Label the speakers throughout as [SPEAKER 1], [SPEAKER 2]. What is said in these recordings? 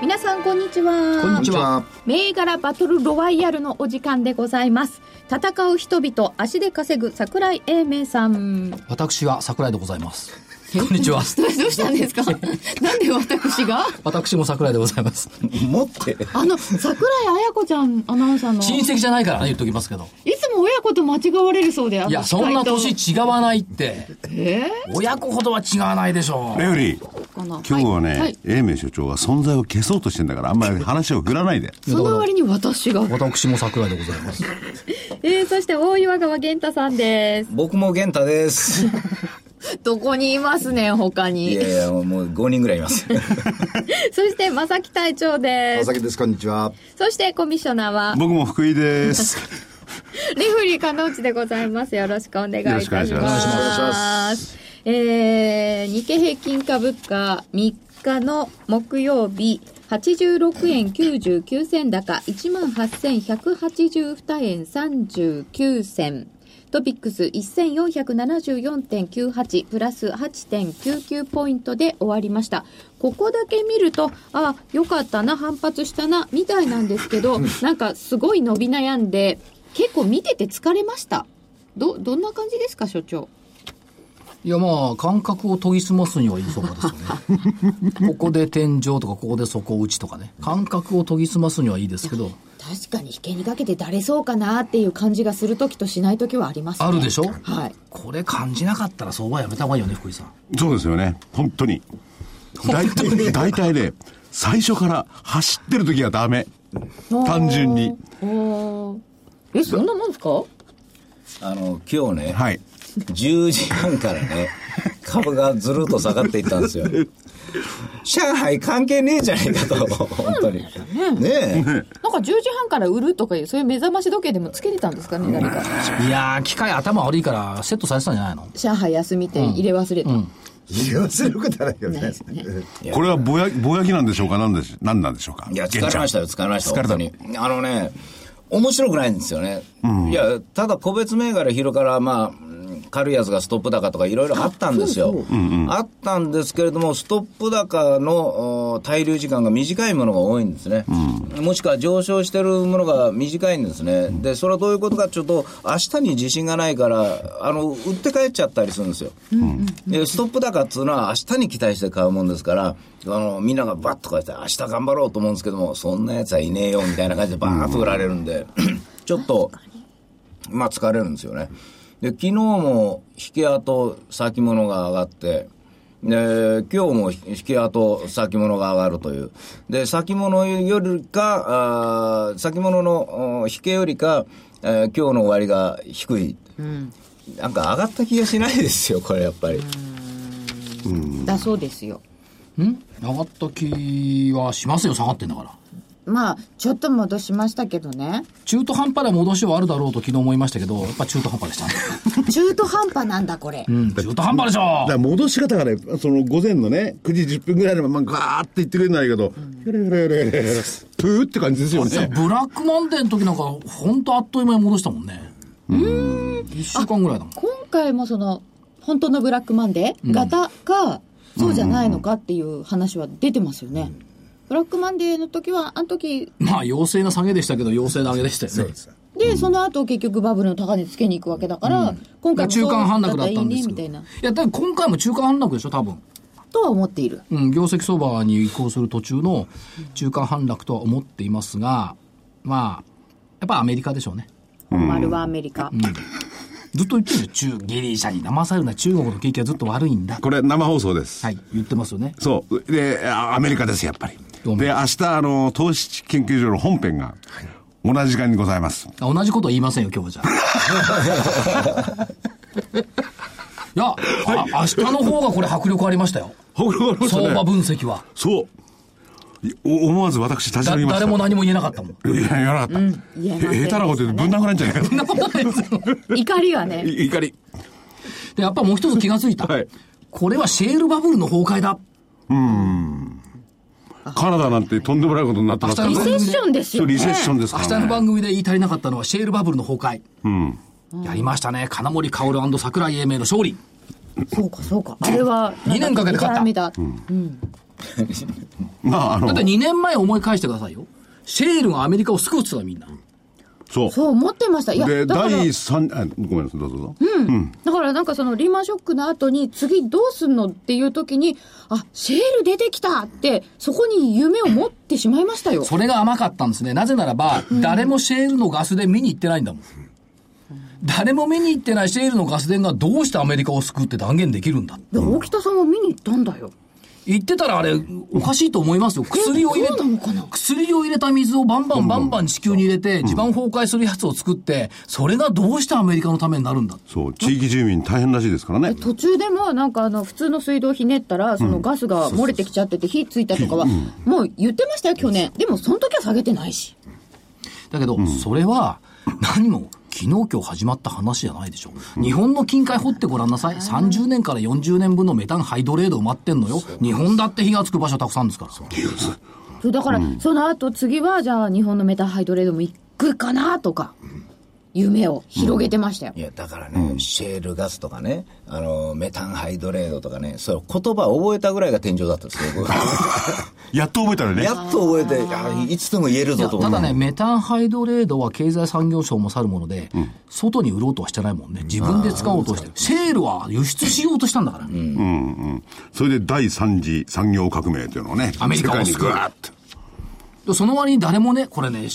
[SPEAKER 1] 皆さんこんにちは
[SPEAKER 2] こんにちは。
[SPEAKER 1] 銘柄バトルロワイヤルのお時間でございます戦う人々足で稼ぐ桜井英明さん ど
[SPEAKER 2] 私は桜井でございます。こんにち は。
[SPEAKER 1] うしたんですか なんで私が
[SPEAKER 2] 私も桜井でござい ます。
[SPEAKER 3] 持って
[SPEAKER 1] あの桜井彩子ちゃんアナウンサーのい
[SPEAKER 2] 親戚じゃないからね、言っときますけど。
[SPEAKER 1] つも親子と間違われるそうでい
[SPEAKER 2] いや、そんな年違わないって。
[SPEAKER 1] え
[SPEAKER 2] 親子ほどは違わないでしょ
[SPEAKER 4] レフェリー
[SPEAKER 1] ー、かな
[SPEAKER 4] 今日はね、
[SPEAKER 1] いい
[SPEAKER 4] 英明所長が存在を消そうとしてんだからあんまり話を振らないで
[SPEAKER 1] その割に私が
[SPEAKER 2] う。私も桜井でございます。
[SPEAKER 1] えー、そして大岩川源太さんです
[SPEAKER 3] 僕も玄太です。
[SPEAKER 1] どこにいますね他に
[SPEAKER 3] いやいや、もう5人ぐらいいます。
[SPEAKER 1] そして正木隊長です
[SPEAKER 2] 崎です、こんにちは。
[SPEAKER 1] そしてコミッショナーは
[SPEAKER 4] 僕も福井です
[SPEAKER 1] レフェリー金内でございます。よろしくお願いいたします。
[SPEAKER 4] よろしくお
[SPEAKER 3] 願いしま
[SPEAKER 1] えー、日経平均株価3日の木曜日、86円99銭高、18,182円39銭。トピックス1474.98プラス8.99ポイントで終わりました。ここだけ見ると、あ、よかったな、反発したな、みたいなんですけど、なんかすごい伸び悩んで、結構見てて疲れました。ど、どんな感じですか、所長。
[SPEAKER 2] いや、まあ、感覚を研ぎ澄ますにはいい相場ですよ ね。ここで天井とか、ここで底打ちとかね。感覚を研ぎ澄ますにはいいですけど、
[SPEAKER 1] 確かに引けにかけてだれそうかなっていう感じがするときとしないときはありますね。
[SPEAKER 2] あるでしょ
[SPEAKER 1] はい。
[SPEAKER 2] これ感じなかったら相場やめた方がいいよね、福井さん。
[SPEAKER 4] そうですよね本当に大体大体ね最初から走ってる時はダメ単純に
[SPEAKER 1] おーえ、そんなもんですか
[SPEAKER 3] あの、今日ね、
[SPEAKER 4] はい
[SPEAKER 3] 10時半からね、株がずるっと下がっていったんですよ。上海関係ねえじゃねえかと、本当に。ねえ。
[SPEAKER 1] なんか10時半から売るとかいう、そういう目覚まし時計でもつけてたんですかね、誰か。
[SPEAKER 2] いやー、機械頭悪いから、セットされてたんじゃないの
[SPEAKER 1] 上海休み店入れ忘れた。
[SPEAKER 5] 幸せのことはないよ
[SPEAKER 1] ないで
[SPEAKER 5] ね。
[SPEAKER 1] すね。
[SPEAKER 4] これはぼやぼやきなんでしょうか何でし何なんでしょうか
[SPEAKER 3] いや、疲れましたよ、
[SPEAKER 4] 玄ち
[SPEAKER 3] 疲れました。
[SPEAKER 4] 疲れた
[SPEAKER 3] 本当に。あのね、面白くないんですよね。いや、ただ個別銘柄昼から、まあうん、軽いやつがストップ高とかいろいろあったんですよ。あったんですけれども、ストップ高のお滞留時間が短いものが多いんですね。もしくは上昇してるものが短いんですね。で、それはどういうことかちょっと、明日に自信がないから、あの、売って帰っちゃったりするんですよ。でストップ高っつうのは明日に期待して買うもんですから、あの、みんながバッと買って、明日頑張ろうと思うんですけども、そんな奴はいねえよ、みたいな感じでバーッと売られるんで、ちょっと、まあ疲れるんですよね。で、昨日も引け跡先物が上がって、で、今日も引け跡先物が上がるという。で、先物よりか、あー先物のお引けよりか、えー今日の終わりが低い。なんか上がった気がしないですよ、これやっぱり。
[SPEAKER 1] だそうですよ。
[SPEAKER 2] ん上がった気はしますよ、下がってんだから。
[SPEAKER 1] まあ、ちょっと戻しましたけどね。
[SPEAKER 2] 中途半端な戻しはあるだろうと昨日思いましたけど、やっぱ中途半端で したね。
[SPEAKER 1] 中途半端なんだ、これ。
[SPEAKER 2] うん、中途半端でしょ
[SPEAKER 4] だから戻し方がねその午前のね9時10分ぐらいのままガーって言ってくれるんだけどヘレヘレヘレヘレヘレプーって感じですよね
[SPEAKER 2] ブラックマンデーの時なんか、ほんとあっという間に戻したもんね。うん。一週間ぐらいだもん。
[SPEAKER 1] 今回もその、本当のブラックマンデー型か、そうじゃないのかっていう話は出てますよね。ブラックマンデーの時は、あの時、
[SPEAKER 2] まあ、妖精な下げでしたけど、妖精な上げでしたよね。そうです。
[SPEAKER 1] で、その後結局バブルの高値つけに行くわけだから、今回も
[SPEAKER 2] 中間反落だったんです
[SPEAKER 1] そう
[SPEAKER 2] け
[SPEAKER 1] った
[SPEAKER 2] ど。
[SPEAKER 1] らい
[SPEAKER 2] い
[SPEAKER 1] いね、みたい
[SPEAKER 2] や、だから今回も中間反落でしょ、多分。
[SPEAKER 1] な。とは思っている。
[SPEAKER 2] うん、業績相場に移行する途中の中間反落とは思っていますが、まあ、やっぱアメリカでしょうね。
[SPEAKER 1] 本丸はアメリカ。
[SPEAKER 2] ずっと言ってるでしょ、中、ギリシャに騙されるな中国の景気はずっと悪いんだ。
[SPEAKER 4] これ生放送です
[SPEAKER 2] はい、言ってますよね。
[SPEAKER 4] そう。で、あアメリカです、やっぱり。
[SPEAKER 2] どうも
[SPEAKER 4] で、明日、あの、投資研究所の本編が、同じ時間にございます。
[SPEAKER 2] あ同じことは言いませんよ、今 日はじゃあ。いや、あ明日の方がこれ迫力ありましたよ。
[SPEAKER 4] ほらほらほら
[SPEAKER 2] 相場分析は。
[SPEAKER 4] そう。お思わず私立ち
[SPEAKER 2] だ
[SPEAKER 4] 上げました。
[SPEAKER 2] 誰も何も言えなかったもん。
[SPEAKER 4] いや、言わなかった。
[SPEAKER 1] 言えませんでしたね
[SPEAKER 4] へ下手なこと言うとぶん殴られんじゃない かと。
[SPEAKER 1] 怒りはね。
[SPEAKER 4] い怒り。
[SPEAKER 2] で、やっぱもう一つ気がついた。
[SPEAKER 4] はい
[SPEAKER 2] これはシェールバブルの崩壊だ。
[SPEAKER 4] カナダなんてとんでもないことになってますから
[SPEAKER 2] 明
[SPEAKER 1] リ
[SPEAKER 2] 日の
[SPEAKER 1] セッションです
[SPEAKER 4] そう
[SPEAKER 1] よね。
[SPEAKER 4] リセッションです
[SPEAKER 2] 明
[SPEAKER 4] から、ね。
[SPEAKER 2] 日の番組で言い足りなかったのはシェールバブルの崩壊。やりましたね。金森薫桜井英明の勝利。
[SPEAKER 1] そうか、そうか。あれは、
[SPEAKER 2] 二年かけて勝った
[SPEAKER 1] 痛みだ
[SPEAKER 4] まあ、あ
[SPEAKER 2] だ
[SPEAKER 4] の
[SPEAKER 2] って、2年前思い返してくださいよ。シェールがアメリカを救うっつったのみんな。
[SPEAKER 4] そう。
[SPEAKER 1] そう思ってました。いや、
[SPEAKER 4] で、
[SPEAKER 1] だから
[SPEAKER 4] 第三あ、ごめんなさい、どうぞどうぞ。
[SPEAKER 1] だからなんかそのリーマンショックの後に次どうすんのっていう時に、あ、シェール出てきたって、そこに夢を持ってしまいましたよ。
[SPEAKER 2] それが甘かったんですね。なぜならば、誰もシェールのガス田見に行ってないんだもん。誰も見に行ってないシェールのガス田がどうしてアメリカを救うって断言できるんだ。
[SPEAKER 1] で、大北さんは見に行ったんだよ。
[SPEAKER 2] 言ってたらあれ、おかしいと思いますよ。薬を入れ
[SPEAKER 1] そうなのかな
[SPEAKER 2] 薬を入れた水をバンバンバンバン地球に入れて、地盤崩壊するやつを作って、それがどうしてアメリカのためになるんだ。
[SPEAKER 4] そう、地域住民大変らしいですからね。
[SPEAKER 1] 途中でもなんかあの普通の水道ひねったらそのガスが漏れてきちゃってて火ついたとかはもう言ってましたよ去年でもその時は下げてないし
[SPEAKER 2] だけど、それは、何も、昨日今日始まった話じゃないでしょ。日本の近海掘ってごらんなさい。30年から40年分のメタンハイドレード埋まってんのよ。日本だって火がつく場所たくさんですから。
[SPEAKER 1] そうだからその後次はじゃあ日本のメタンハイドレードも行くかなとか夢を広げてましたよ
[SPEAKER 3] いや、だからね、シェールガスとかね、あの、メタンハイドレードとかね、そう、言葉覚えたぐらいが天井だったんですよ、 僕
[SPEAKER 4] やっと覚えたらね。
[SPEAKER 3] やっと覚えて、あいつでも言える
[SPEAKER 2] い
[SPEAKER 3] ぞ
[SPEAKER 2] や
[SPEAKER 3] と
[SPEAKER 2] た
[SPEAKER 3] 思
[SPEAKER 2] だ
[SPEAKER 3] って
[SPEAKER 2] ね、メタンハイドレードは経済産業省も去るもので、外に売ろうとはしてないもんね。自分で使おうとしてる。シェールは輸出しようとしたんだから。
[SPEAKER 4] それで第三次産業革命というのをね、
[SPEAKER 2] アメリカを
[SPEAKER 4] 世界に
[SPEAKER 2] 救う
[SPEAKER 4] ぐわーっと。
[SPEAKER 2] でその割に誰もね、これね、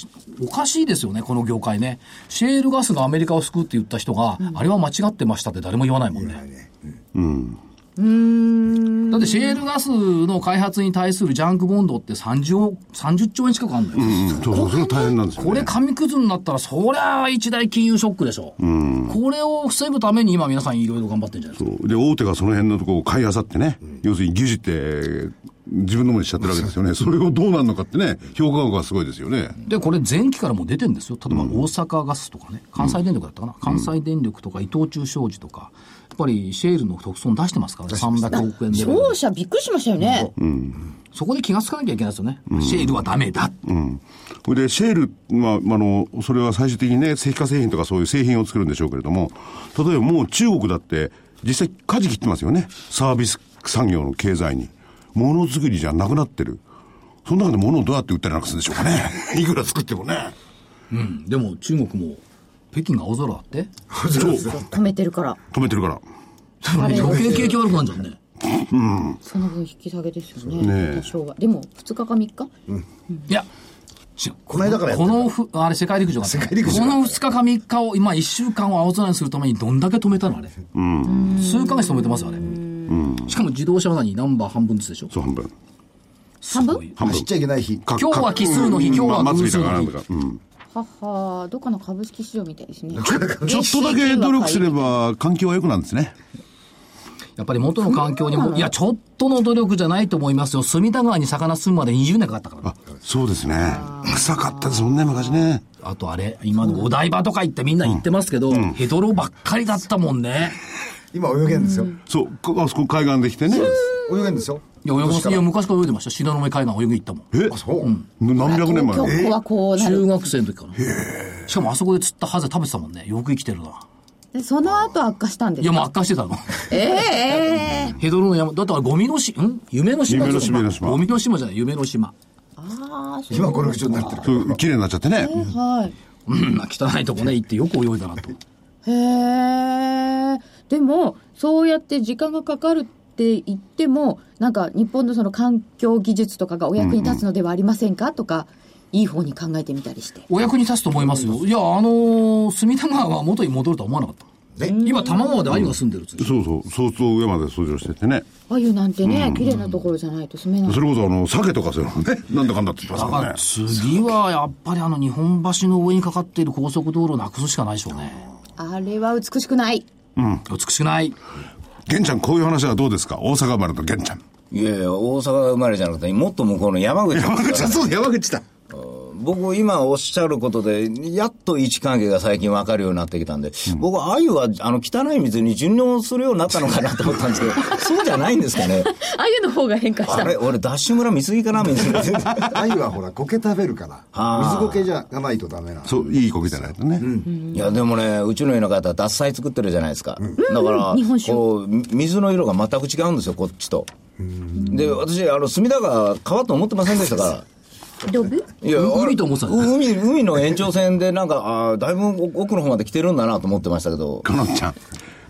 [SPEAKER 2] おかしいですよね、この業界ね。シェールガスがアメリカを救うって言った人が、あれは間違ってましたって誰も言わないもんね。だってシェールガスの開発に対するジャンクボンドって30億30兆円近くあるんだよ。
[SPEAKER 4] うん、そうそう、それは大変なんですよ、ね。
[SPEAKER 2] これ紙くずになったら、そりゃあ一大金融ショックでしょ。これを防ぐために今皆さんいろいろ頑張ってるんじゃないですか。
[SPEAKER 4] そうで、大手がその辺のところを買い漁ってね、要するに牛耳って、自分のものにしちゃってるわけですよね。それをどうなるのかってね、評価額がすごいですよね。
[SPEAKER 2] で、これ前期からもう出てるんですよ。例えば大阪ガスとかね、関西電力だったかな。関西電力とか伊藤忠商事とか、やっぱりシェールの特損出してますからね、300億円で。
[SPEAKER 1] 勝者びっくりしましたよね
[SPEAKER 2] そこで気がつかなきゃいけないですよね。シェールはダメだ。
[SPEAKER 4] それで、シェール、まあ、あの、それは最終的にね、石化製品とかそういう製品を作るんでしょうけれども、例えばもう中国だって、実際、舵切ってますよね。サービス産業の経済に。ものづくりじゃなくなってる。その中で物をどうやって売ったりなんかするんでしょうかね。 いくら作ってもね。
[SPEAKER 2] でも中国も、北京が青空だって。
[SPEAKER 4] そう。
[SPEAKER 1] 止めてるから
[SPEAKER 4] 止めてるから。
[SPEAKER 2] 余計景気悪くなるじゃんね。
[SPEAKER 1] その分引き下げですよ
[SPEAKER 4] ね
[SPEAKER 1] ね多少はでも2日か3日
[SPEAKER 2] いや、違う
[SPEAKER 5] この間からやって
[SPEAKER 2] こ
[SPEAKER 5] る
[SPEAKER 2] のふ、あれ、世界陸上があった
[SPEAKER 5] 世界陸上
[SPEAKER 2] この2日か3日を、今1週間を青空にするためにどんだけ止めたのあれ。数ヶ月止めてますよ、あれ。しかも自動車は何ナンバー半分ずつでしょ
[SPEAKER 4] そう、半分。
[SPEAKER 1] 半分
[SPEAKER 4] 半
[SPEAKER 5] 走っちゃいけない日。
[SPEAKER 2] 今日は奇数の日
[SPEAKER 4] うん
[SPEAKER 2] 今日は
[SPEAKER 4] まあ
[SPEAKER 2] 偶
[SPEAKER 4] 末
[SPEAKER 2] 数
[SPEAKER 4] 日
[SPEAKER 2] の
[SPEAKER 4] だ
[SPEAKER 2] 日
[SPEAKER 4] からなんとか。うん
[SPEAKER 1] ははどっかの株式市場みたいですね
[SPEAKER 4] ちょっとだけ努力すれば環境は良くなるんですね。
[SPEAKER 2] やっぱり元の環境にも、いや、ちょっとの努力じゃないと思いますよ。隅田川に魚住むまで20年かかったから。
[SPEAKER 4] あ、そうですね。臭かったですもんね、昔ね。
[SPEAKER 2] あとあれ、今のお台場とか行ってみんな行ってますけど、ヘドロばっかりだったもんね。
[SPEAKER 5] 今泳げんですよ。
[SPEAKER 4] そう、こあそこ海岸できてね。
[SPEAKER 5] 泳げんですよ。
[SPEAKER 2] いや、泳がせいや昔から泳いでました。東雲海岸泳ぎ行ったもん。
[SPEAKER 4] え
[SPEAKER 5] そう。
[SPEAKER 4] 何百年
[SPEAKER 1] 東京
[SPEAKER 4] 前。
[SPEAKER 1] っ子はこうなる
[SPEAKER 2] 中学生の時かな。しかもあそこで釣ったハゼ食べてたもんね。よく生きてるな。
[SPEAKER 1] でその後悪化したんで
[SPEAKER 2] い
[SPEAKER 1] す
[SPEAKER 2] や、
[SPEAKER 1] か
[SPEAKER 2] もう悪化してたの。
[SPEAKER 1] ええええ
[SPEAKER 2] ヘドロの山。だったらゴミの島、ん夢の島
[SPEAKER 4] 夢の
[SPEAKER 2] 夢
[SPEAKER 4] 島夢の島
[SPEAKER 2] ゴミの島じゃない、夢の島。
[SPEAKER 1] ああそう
[SPEAKER 5] 今この口になってる。
[SPEAKER 4] そう、綺麗になっちゃってね。
[SPEAKER 1] はい
[SPEAKER 2] うん、まあ汚いとこね行ってよく泳いだなと。
[SPEAKER 1] へえ。でも、そうやって時間がかかるって言っても、なんか日本のその環境技術とかがお役に立つのではありませんかとか、いい方に考えてみたりして。
[SPEAKER 2] お役に立つと思いますよ。いや、あのー隅田川は元に戻るとは思わなかった。今、玉川で兄が住んでるっつって
[SPEAKER 4] そうそう、相当上まで掃除をしてってね。
[SPEAKER 1] あゆなんてね、綺麗なところじゃないと住めない
[SPEAKER 4] そ。れこそ、あの、鮭とかそういうのね、なんだかんだって言って
[SPEAKER 2] だ
[SPEAKER 4] ます
[SPEAKER 2] か
[SPEAKER 4] から
[SPEAKER 2] ら
[SPEAKER 4] ね。
[SPEAKER 2] 次はやっぱりあの日本橋の上にかかっている高速道路をなくすしかないでしょうね。
[SPEAKER 1] あれは美しくない。
[SPEAKER 2] 美しくない。
[SPEAKER 4] 玄ちゃん、こういう話はどうですか大阪生まれの玄ちゃん。
[SPEAKER 3] いやいや、大阪生まれじゃなくて、もっと向こうの山口ですから
[SPEAKER 4] 山口だ、そうだ、山口だ。
[SPEAKER 3] 僕、今おっしゃることで、やっと位置関係が最近分かるようになってきたんで、僕、あゆはあの汚い水に順応するようになったのかなと思ったんですけど、そうじゃないんですかね。
[SPEAKER 1] あゆの方が変化し
[SPEAKER 3] あ
[SPEAKER 1] た。
[SPEAKER 3] れ、俺、ダッシュ村見過ぎかな、みたいな。
[SPEAKER 5] 鮎はほら、苔食べるから、
[SPEAKER 3] あー
[SPEAKER 5] 水苔じゃがないとダメなの。
[SPEAKER 4] そう、いい子みたいなやつね。
[SPEAKER 3] いや、でもね、うちの家の方、獺祭作ってるじゃないですか。だから、
[SPEAKER 1] 日本酒
[SPEAKER 3] こう、み水の色が全く違うんですよ、こっちと。で、私、あの、隅田川、川と思ってませんでしたから。
[SPEAKER 1] ドブ
[SPEAKER 3] いや
[SPEAKER 2] う
[SPEAKER 3] あれ
[SPEAKER 2] 海と思ってたん
[SPEAKER 3] 海、海の延長線で、なんか、あーだいぶ奥の方まで来てるんだなと思ってましたけど。
[SPEAKER 4] かのんちゃん。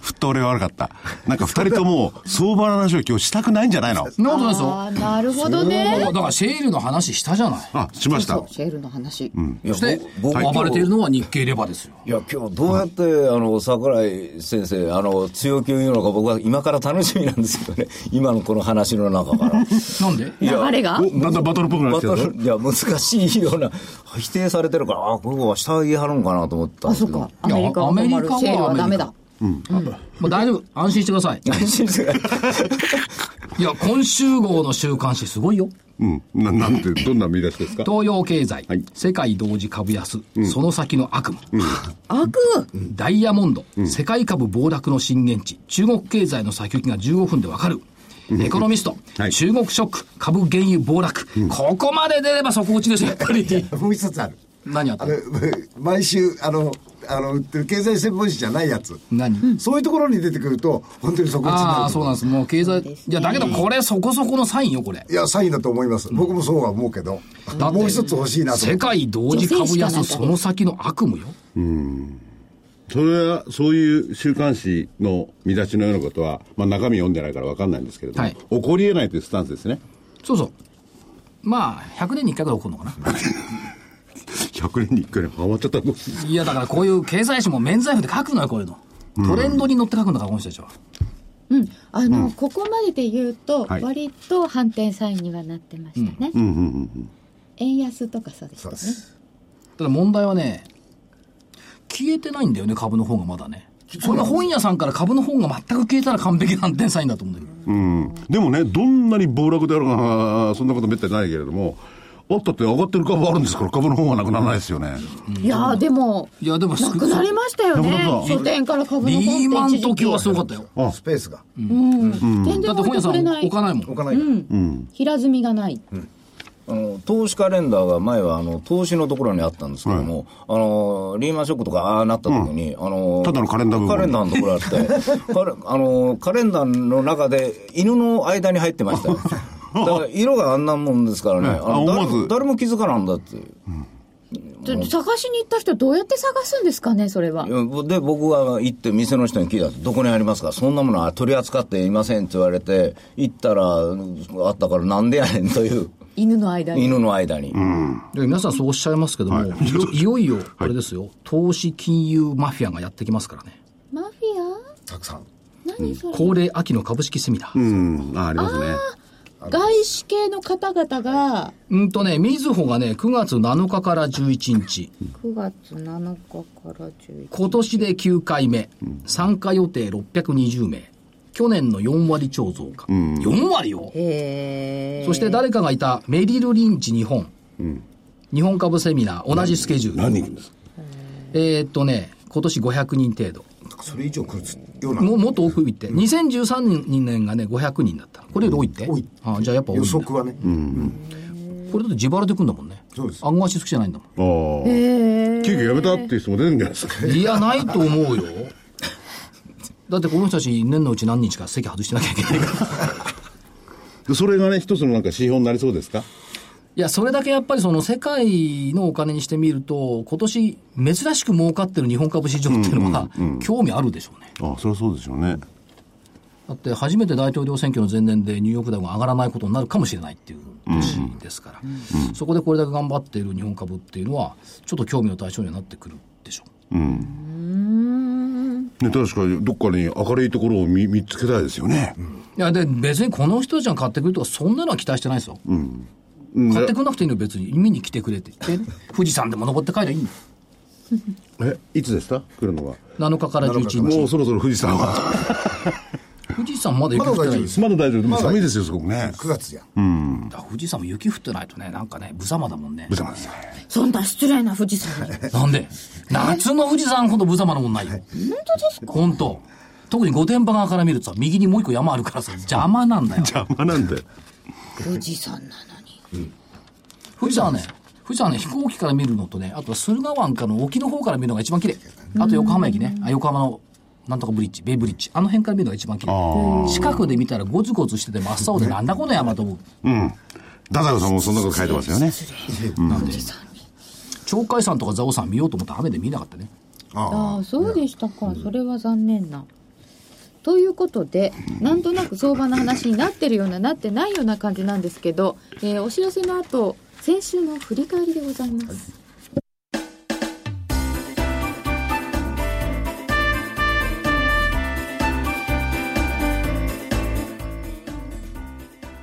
[SPEAKER 4] ふっと俺が悪かった。なんか二人とも相場の話を今日したくないんじゃないの
[SPEAKER 2] そんなことないですよ
[SPEAKER 1] あーなるほどね。
[SPEAKER 2] だからシェールの話したじゃない
[SPEAKER 4] あ、しました。
[SPEAKER 1] そうシェールの話。
[SPEAKER 3] い
[SPEAKER 2] そ
[SPEAKER 3] や
[SPEAKER 2] して
[SPEAKER 3] ぼ僕
[SPEAKER 2] 暴れているのは日経レバーですよ
[SPEAKER 3] いや、今日どうやって、あの、桜井先生、あの、強気を言うのか、僕は今から楽しみなんですけどね。 今のこの話の中から。
[SPEAKER 2] なんで
[SPEAKER 3] いや
[SPEAKER 1] 流れが
[SPEAKER 4] おだんだんバトルっぽくなってきたぞ
[SPEAKER 3] バトルいや、難しいような、否定されてるから、あ、ここは下着張るんかなと思ったん
[SPEAKER 1] あ、
[SPEAKER 3] です
[SPEAKER 1] そっか。
[SPEAKER 3] けど。
[SPEAKER 1] ア メリカは
[SPEAKER 2] アメリ
[SPEAKER 1] 困
[SPEAKER 2] カ
[SPEAKER 1] る。
[SPEAKER 2] は
[SPEAKER 1] シェールはダメだ。
[SPEAKER 2] もう大丈夫安心してくださいいや今週号の週刊誌すごいよ
[SPEAKER 4] うん。な、なんて、どんな見出しですか
[SPEAKER 2] 東洋経済、
[SPEAKER 4] はい
[SPEAKER 2] 世界同時株安、その先の悪夢、
[SPEAKER 1] 悪
[SPEAKER 2] ダイヤモンド、世界株暴落の震源地、中国経済の先行きが15分でわかる。エコノミスト、
[SPEAKER 4] はい
[SPEAKER 2] 中国ショック、株原油暴落、ここまで出れば底落ちですよ、やっぱり。
[SPEAKER 5] もう一つある。
[SPEAKER 2] 何あった
[SPEAKER 5] あれ、毎週、あの、あの、売ってる経済専門誌じゃないやつ。
[SPEAKER 2] 何、
[SPEAKER 5] そういうところに出てくると、本当にそこにつ
[SPEAKER 2] あ
[SPEAKER 5] な
[SPEAKER 2] あ、
[SPEAKER 5] ると
[SPEAKER 2] そう
[SPEAKER 5] 思
[SPEAKER 2] なんで
[SPEAKER 5] う。
[SPEAKER 2] す。もう経済、いや、だけどこれそこそこのサインよ、これ。
[SPEAKER 5] いや、サインだと思います。僕もそうは思うけど。
[SPEAKER 2] だって
[SPEAKER 5] もう一つ欲しいなと思
[SPEAKER 2] 世
[SPEAKER 5] って。
[SPEAKER 2] 界同時株
[SPEAKER 1] 女性しかな
[SPEAKER 2] 安、
[SPEAKER 1] いから
[SPEAKER 2] その先の悪夢よ。
[SPEAKER 4] それは、そういう週刊誌の見出しのようなことは、まあ中身読んでないからわかんないんですけれども、
[SPEAKER 2] はい
[SPEAKER 4] 起こり得ないというスタンスですね。
[SPEAKER 2] そうそう。まあ、100年に1回ぐらい起こるのかな。
[SPEAKER 4] 100年に1回にハマっちゃったらどうする
[SPEAKER 2] いや、だからこういう経済誌も免罪符で書くのよ、こういうの。トレンドに乗って書くんだから、この人たちは。
[SPEAKER 6] うん、あの、ここまでで言うと、
[SPEAKER 4] はい
[SPEAKER 6] 割と反転サインにはなってましたね、円安とかそうです
[SPEAKER 5] そう
[SPEAKER 6] よ
[SPEAKER 5] で
[SPEAKER 6] ね
[SPEAKER 5] す。
[SPEAKER 2] ただ問題はね、消えてないんだよね、株の方がまだね。それが本屋さんから株の本が全く消えたら完璧な反転サインだと思うんだけ
[SPEAKER 4] うん。でもね、どんなに暴落であるかな、そんなことめったにないけれども、あったって上がってる株あるんですから、株の方はなくならないですよね。
[SPEAKER 1] いやー、でも、
[SPEAKER 2] ど。いや、でも少
[SPEAKER 1] なくなりましたよ
[SPEAKER 4] なく
[SPEAKER 1] ね
[SPEAKER 4] なっ。た
[SPEAKER 1] 書店から株の本って
[SPEAKER 2] リーマン
[SPEAKER 1] 一時
[SPEAKER 2] 時
[SPEAKER 1] 期
[SPEAKER 2] はすごかったよ。
[SPEAKER 4] あ
[SPEAKER 5] スペースが。
[SPEAKER 1] うん。全
[SPEAKER 2] だっ
[SPEAKER 1] 然
[SPEAKER 2] て
[SPEAKER 1] 置い
[SPEAKER 2] 本
[SPEAKER 1] て
[SPEAKER 2] 屋さ
[SPEAKER 1] くれ
[SPEAKER 2] ん
[SPEAKER 1] ない。
[SPEAKER 2] 置かないも
[SPEAKER 5] 置
[SPEAKER 2] ん。
[SPEAKER 5] かないから。
[SPEAKER 1] 平積みがない。
[SPEAKER 3] あの投資カレンダーが前はあの投資のところにあったんですけども、あのリーマンショックとかああなった時に、あの
[SPEAKER 4] ただのカレンダー部分
[SPEAKER 3] カレンダーのところあ ってカレあのカレンダーの中で犬の間に入ってま したよだから色があんなもんですからね、
[SPEAKER 4] ね
[SPEAKER 3] あ
[SPEAKER 4] あ
[SPEAKER 3] の
[SPEAKER 4] 思わず
[SPEAKER 3] 誰誰も気づかなんだっていう。
[SPEAKER 1] ちょ探しに行った人どうやって探すんですかね、それはい
[SPEAKER 3] やで僕は行って店の人に聞いたんですどこにありますかそんなものは取り扱っていませんって言われて行ったらあったからなんでやねんという
[SPEAKER 1] 犬の間に。
[SPEAKER 3] 犬の間に、
[SPEAKER 2] で皆さんそうおっしゃいますけども、い、よいよいよ、あれですよ、投資金融マフィアがやってきますからね。
[SPEAKER 6] マフィア
[SPEAKER 5] たくさん。
[SPEAKER 6] 何それ、
[SPEAKER 2] 恒例秋の株式セミナー。
[SPEAKER 4] うん、あありますね。
[SPEAKER 6] 外資系の方々が
[SPEAKER 2] うんとね、みずほがね、9月7日から11日、
[SPEAKER 6] 9月7日から11
[SPEAKER 2] 今年で9回目、参加予定620名、去年の4割超増加。4割よ
[SPEAKER 6] へ
[SPEAKER 2] そして誰かがいたメリル・リンチ日本、日本株セミナー、同じスケジュール。
[SPEAKER 4] 何人ですか
[SPEAKER 2] えーっとね、今年500人程度。
[SPEAKER 5] それ以上来るような
[SPEAKER 2] ももっと多くいって、2013年がね、500人だった。これより多いって。
[SPEAKER 5] 多い
[SPEAKER 2] あじゃあやっぱ多いん
[SPEAKER 5] 予
[SPEAKER 2] だ
[SPEAKER 5] 測はね。
[SPEAKER 2] これだと自腹で来んだもんね。
[SPEAKER 5] そうです
[SPEAKER 2] 案外し好きじゃないんだも
[SPEAKER 4] ああ。急遽やめたっていう人も出るんじゃないですか。
[SPEAKER 2] ん。いや、ないと思うよ。だってこの人たち年のうち何日か席外してなきゃいけないから。
[SPEAKER 4] で それがね、一つのなんか指標になりそうですか
[SPEAKER 2] いや、それだけやっぱりその世界のお金にしてみると、今年珍しく儲かってる日本株市場っていうのは、興味あるでしょうね。
[SPEAKER 4] ああ、それはそうでしょうね。
[SPEAKER 2] だって初めて大統領選挙の前年でニューヨークダウが上がらないことになるかもしれないっていう年ですから、そこでこれだけ頑張っている日本株っていうのは、ちょっと興味の対象にはなってくるでしょう。
[SPEAKER 4] ね、確かに、どっかに明るいところを見見つけたいですよね。
[SPEAKER 2] いや、で、別にこの人たちが買ってくるとか、そんなのは期待してないですよ。
[SPEAKER 4] うん
[SPEAKER 2] 買ってくんなくていいのよ別に。見に来てくれって言ってね、富士山でも登って帰りゃいいんだよ
[SPEAKER 4] え、いつでした来るのが。
[SPEAKER 2] 7日から11日。
[SPEAKER 4] もうそろそろ富士山は。
[SPEAKER 2] 富士山まだ雪降って
[SPEAKER 5] まだ
[SPEAKER 2] ない
[SPEAKER 5] 大丈夫
[SPEAKER 2] で。
[SPEAKER 5] です
[SPEAKER 4] まだ大丈夫。でも寒いですよ、すごくね。
[SPEAKER 5] 9月じゃん。
[SPEAKER 2] 富士山も雪降ってないとね、なんかね、無様だもんね
[SPEAKER 4] ぶ。ざまですね。
[SPEAKER 7] そんな失礼な富士山に
[SPEAKER 2] なんで夏の富士山ほど無様なもんないよ。本当ですか本当。特に御殿場側から見るとさ、右にもう一個山あるからさ、邪魔なんだよ。
[SPEAKER 4] 邪魔なん で。
[SPEAKER 7] 富士山なのに
[SPEAKER 2] 富士山はね、富士山はね、飛行機から見るのとね、あとは駿河湾からの沖の方から見るのが一番綺麗。あと横浜駅ね、あ横浜のなんとかブリッジ、ベイブリッジ、あの辺から見るのが一番綺麗。近くで見たらゴツゴツしてて真っ青でなんだこの山と思う。
[SPEAKER 4] ダダルさんもそんなこと書いてますよね。
[SPEAKER 2] 鳥海山とか蔵王山見ようと思ったら雨で見えなかったね。
[SPEAKER 5] ああ。
[SPEAKER 1] ああそうでしたか、それは残念な。ということでなんとなく相場の話になってるようななってないような感じなんですけど、えーお知らせの後先週の振り返りでございます。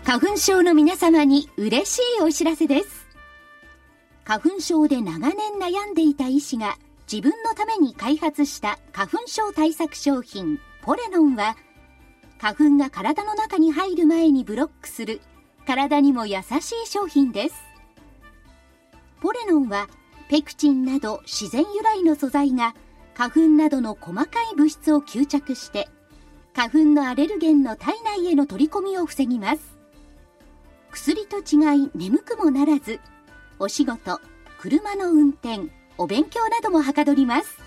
[SPEAKER 8] 花粉症の皆様に嬉しいお知らせです。花粉症で長年悩んでいた医師が自分のために開発した花粉症対策商品ポレノンは花粉が体の中に入る前にブロックする体にも優しい商品です。ポレノンはペクチンなど自然由来の素材が花粉などの細かい物質を吸着して花粉のアレルゲンの体内への取り込みを防ぎます。薬と違い眠くもならずお仕事車の運転お勉強などもはかどります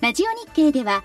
[SPEAKER 8] ラジオ日経では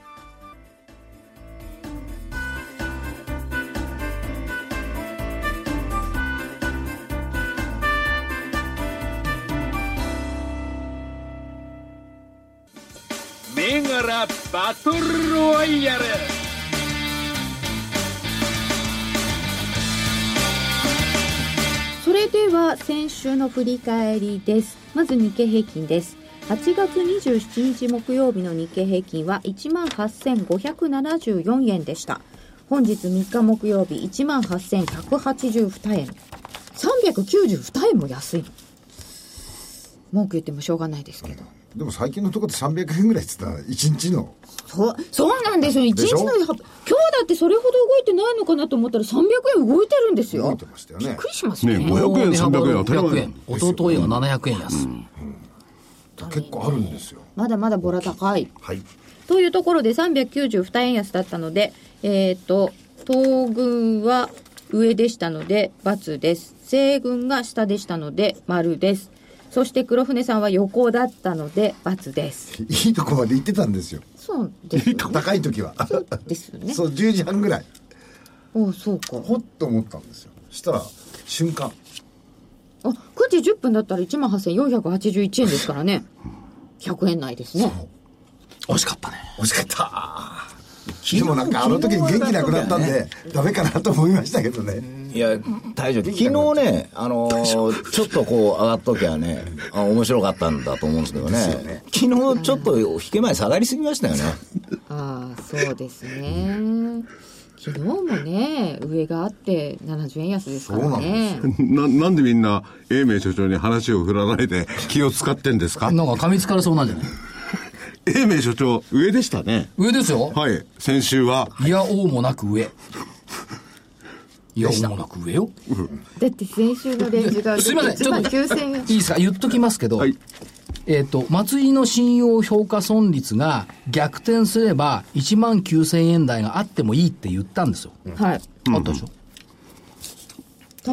[SPEAKER 9] 銘柄バトルロワイヤル
[SPEAKER 1] それでは先週の振り返りです。まず日経平均です。8月27日木曜日の日経平均は18,574円でした。本日3日木曜日18,182円。392円も安いの。文句言ってもしょうがないですけど。
[SPEAKER 5] でも最近のところで300円ぐらいっつったら、1日の。
[SPEAKER 1] そう、そうなんですよ。一
[SPEAKER 5] で
[SPEAKER 1] 日
[SPEAKER 5] しょ
[SPEAKER 1] のや今日だってそれほど動いてないのかなと思ったら300円動いてるんですよ。
[SPEAKER 5] 動いてましたよね
[SPEAKER 1] びっくりしますね。
[SPEAKER 4] ね500円300円当たり前
[SPEAKER 2] 600円。弟へは700円安。
[SPEAKER 5] 結構あるんですよ。
[SPEAKER 1] まだまだボラ高い。
[SPEAKER 5] はい。
[SPEAKER 1] というところで392円安だったので、えっ、と、東軍は上でしたので、×です。西軍が下でしたので、丸です。そして黒船さんは横だったので、×です。
[SPEAKER 5] いいとこまで行ってたんですよ。
[SPEAKER 1] そうですよね。
[SPEAKER 5] 高い時は。
[SPEAKER 1] ですよね。
[SPEAKER 5] そう、10時半ぐらい。
[SPEAKER 1] おそうか。
[SPEAKER 5] ほっと思ったんですよ。したら、瞬間。
[SPEAKER 1] あ、9時10分だったら18,481円ですからね。100円内ですね。
[SPEAKER 2] 惜しかったね。
[SPEAKER 5] 惜しかった。でもなんかあの時元気なくなったんで、ダメかなと思いましたけどね。
[SPEAKER 3] いや、大丈夫。昨日ね、あのーちょっとこう上がっときゃね、あ面白かったんだと思うんですけどね。昨日ちょっと引け前下がりすぎましたよね。
[SPEAKER 1] ああ、そうですね。昨日もね、上があって70円安ですからね。
[SPEAKER 4] な、なんでみんな、英明所長に話を振らないで気を使ってんですか
[SPEAKER 2] なんか噛みつかれそうなんじゃない
[SPEAKER 4] 英明所長、上でしたね。
[SPEAKER 2] 上ですよ。
[SPEAKER 4] はい。先週は、
[SPEAKER 2] いや、王もなく上。いや、王もなく上よ。
[SPEAKER 1] だって先週のレンジが
[SPEAKER 2] すいません、ちょっと、
[SPEAKER 1] 1万9000
[SPEAKER 2] い
[SPEAKER 1] 円
[SPEAKER 2] いですか、言っときますけど、
[SPEAKER 4] はい
[SPEAKER 2] えっ、と、松井の信用評価損率が逆転すれば、1万9000円台があってもいいって言ったんですよ。
[SPEAKER 1] はい
[SPEAKER 2] あったでしょ。